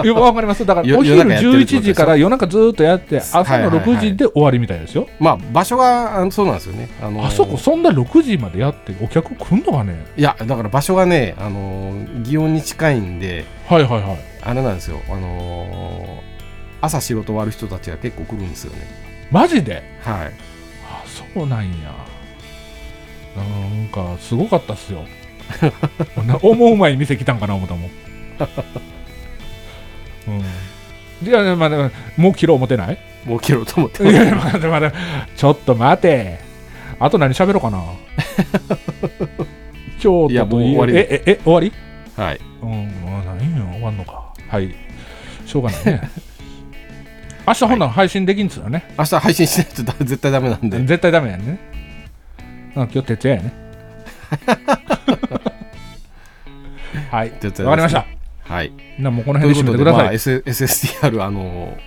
[SPEAKER 3] いやわかりますだから
[SPEAKER 1] よ
[SPEAKER 3] お昼
[SPEAKER 1] 夜中やってるってこと
[SPEAKER 3] 11
[SPEAKER 1] でしょ
[SPEAKER 3] 時から夜中ずーっとやって朝
[SPEAKER 1] はい
[SPEAKER 3] の
[SPEAKER 1] はいはい
[SPEAKER 3] 6時で終わりみたいですよ、
[SPEAKER 1] まあ場所があのそうなんですよねあのー
[SPEAKER 3] あそこそんな6時までやってお客来んのかね
[SPEAKER 1] いやだから場所がねあのー祇園に近いんで
[SPEAKER 3] はいはいはい
[SPEAKER 1] あれなんですよあのー朝仕事終わる人たちが結構来るんですよね
[SPEAKER 3] マジで
[SPEAKER 1] はい
[SPEAKER 3] あそうなんやなんかすごかったっすよ な思う前に店来たんかな思ったもん、うん、じゃあねまあでももう切ろう思 てない
[SPEAKER 1] もう切ろうと思って
[SPEAKER 3] いやいや待て待てちょっと待てあと何喋ろう かな京
[SPEAKER 1] いや
[SPEAKER 3] 都
[SPEAKER 1] も
[SPEAKER 3] と
[SPEAKER 1] う終わり
[SPEAKER 3] えええ終わり
[SPEAKER 1] はい
[SPEAKER 3] うんもう何よ終わんのかはいしょうがない ね明日ほんなら配信できんっすよね、
[SPEAKER 1] 明日配信しないとだ絶対ダメなんで
[SPEAKER 3] 絶対ダメやんねうん今日徹夜 やねはい
[SPEAKER 1] 徹夜ですね
[SPEAKER 3] わかりました
[SPEAKER 1] はい
[SPEAKER 3] なもうこの
[SPEAKER 1] という
[SPEAKER 3] 辺
[SPEAKER 1] こ
[SPEAKER 3] で締
[SPEAKER 1] とで、
[SPEAKER 3] めてくだ
[SPEAKER 1] まあ、
[SPEAKER 3] さい
[SPEAKER 1] S- SSTR、あの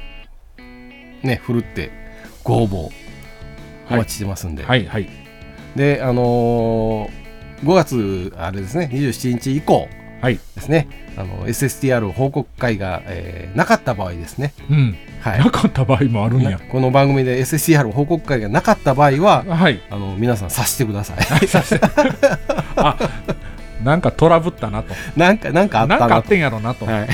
[SPEAKER 1] ーね、ふるって、ご応募、お待ちしてますんで、
[SPEAKER 3] はいはい
[SPEAKER 1] で、あのー、5月、あれですね、27日以降
[SPEAKER 3] はい
[SPEAKER 1] ですね、あの SSTR 報告会が、えーなかった場合ですね、
[SPEAKER 3] うん
[SPEAKER 1] はい
[SPEAKER 3] なかった場合もあるんや
[SPEAKER 1] なこの番組で SSTR 報告会がなかった場合は、
[SPEAKER 3] はい
[SPEAKER 1] あの皆さん察してください。
[SPEAKER 3] あなんかトラブったなと
[SPEAKER 1] なんか、なんかあっ
[SPEAKER 3] な
[SPEAKER 1] た
[SPEAKER 3] んかあ
[SPEAKER 1] な
[SPEAKER 3] ってんやろなと、
[SPEAKER 1] と、はい、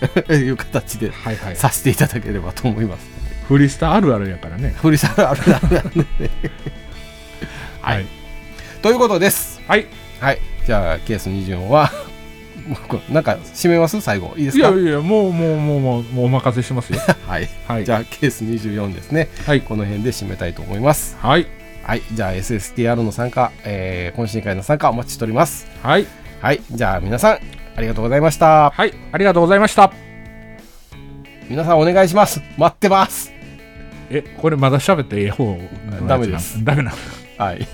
[SPEAKER 1] いう形で
[SPEAKER 3] はいはい
[SPEAKER 1] 察していただければと思います。
[SPEAKER 3] フリスタあるあるやか らね
[SPEAKER 1] 振り去るあるあるなんでねはいということです。
[SPEAKER 3] はい
[SPEAKER 1] はい。じゃあ、ケース24は、 もうなんか、締めます最後。いいで
[SPEAKER 3] い
[SPEAKER 1] すか
[SPEAKER 3] やいやもうもうもうもうもうお任せします よ
[SPEAKER 1] はい。
[SPEAKER 3] はい
[SPEAKER 1] じゃあ、ケース24ですね。
[SPEAKER 3] はい
[SPEAKER 1] この辺で締めたいと思います。
[SPEAKER 3] はい
[SPEAKER 1] はい。じゃあ、SSTR の参加、えー、懇親会の参加お待ちしております。
[SPEAKER 3] はい
[SPEAKER 1] はい。じゃあ、皆さん、ありがとうございました。
[SPEAKER 3] はいありがとうございました
[SPEAKER 1] 皆さん、お願いします。待ってます。
[SPEAKER 3] えこれまだ喋ってええ方のやつな
[SPEAKER 1] ダメです
[SPEAKER 3] ダメなの
[SPEAKER 1] はい。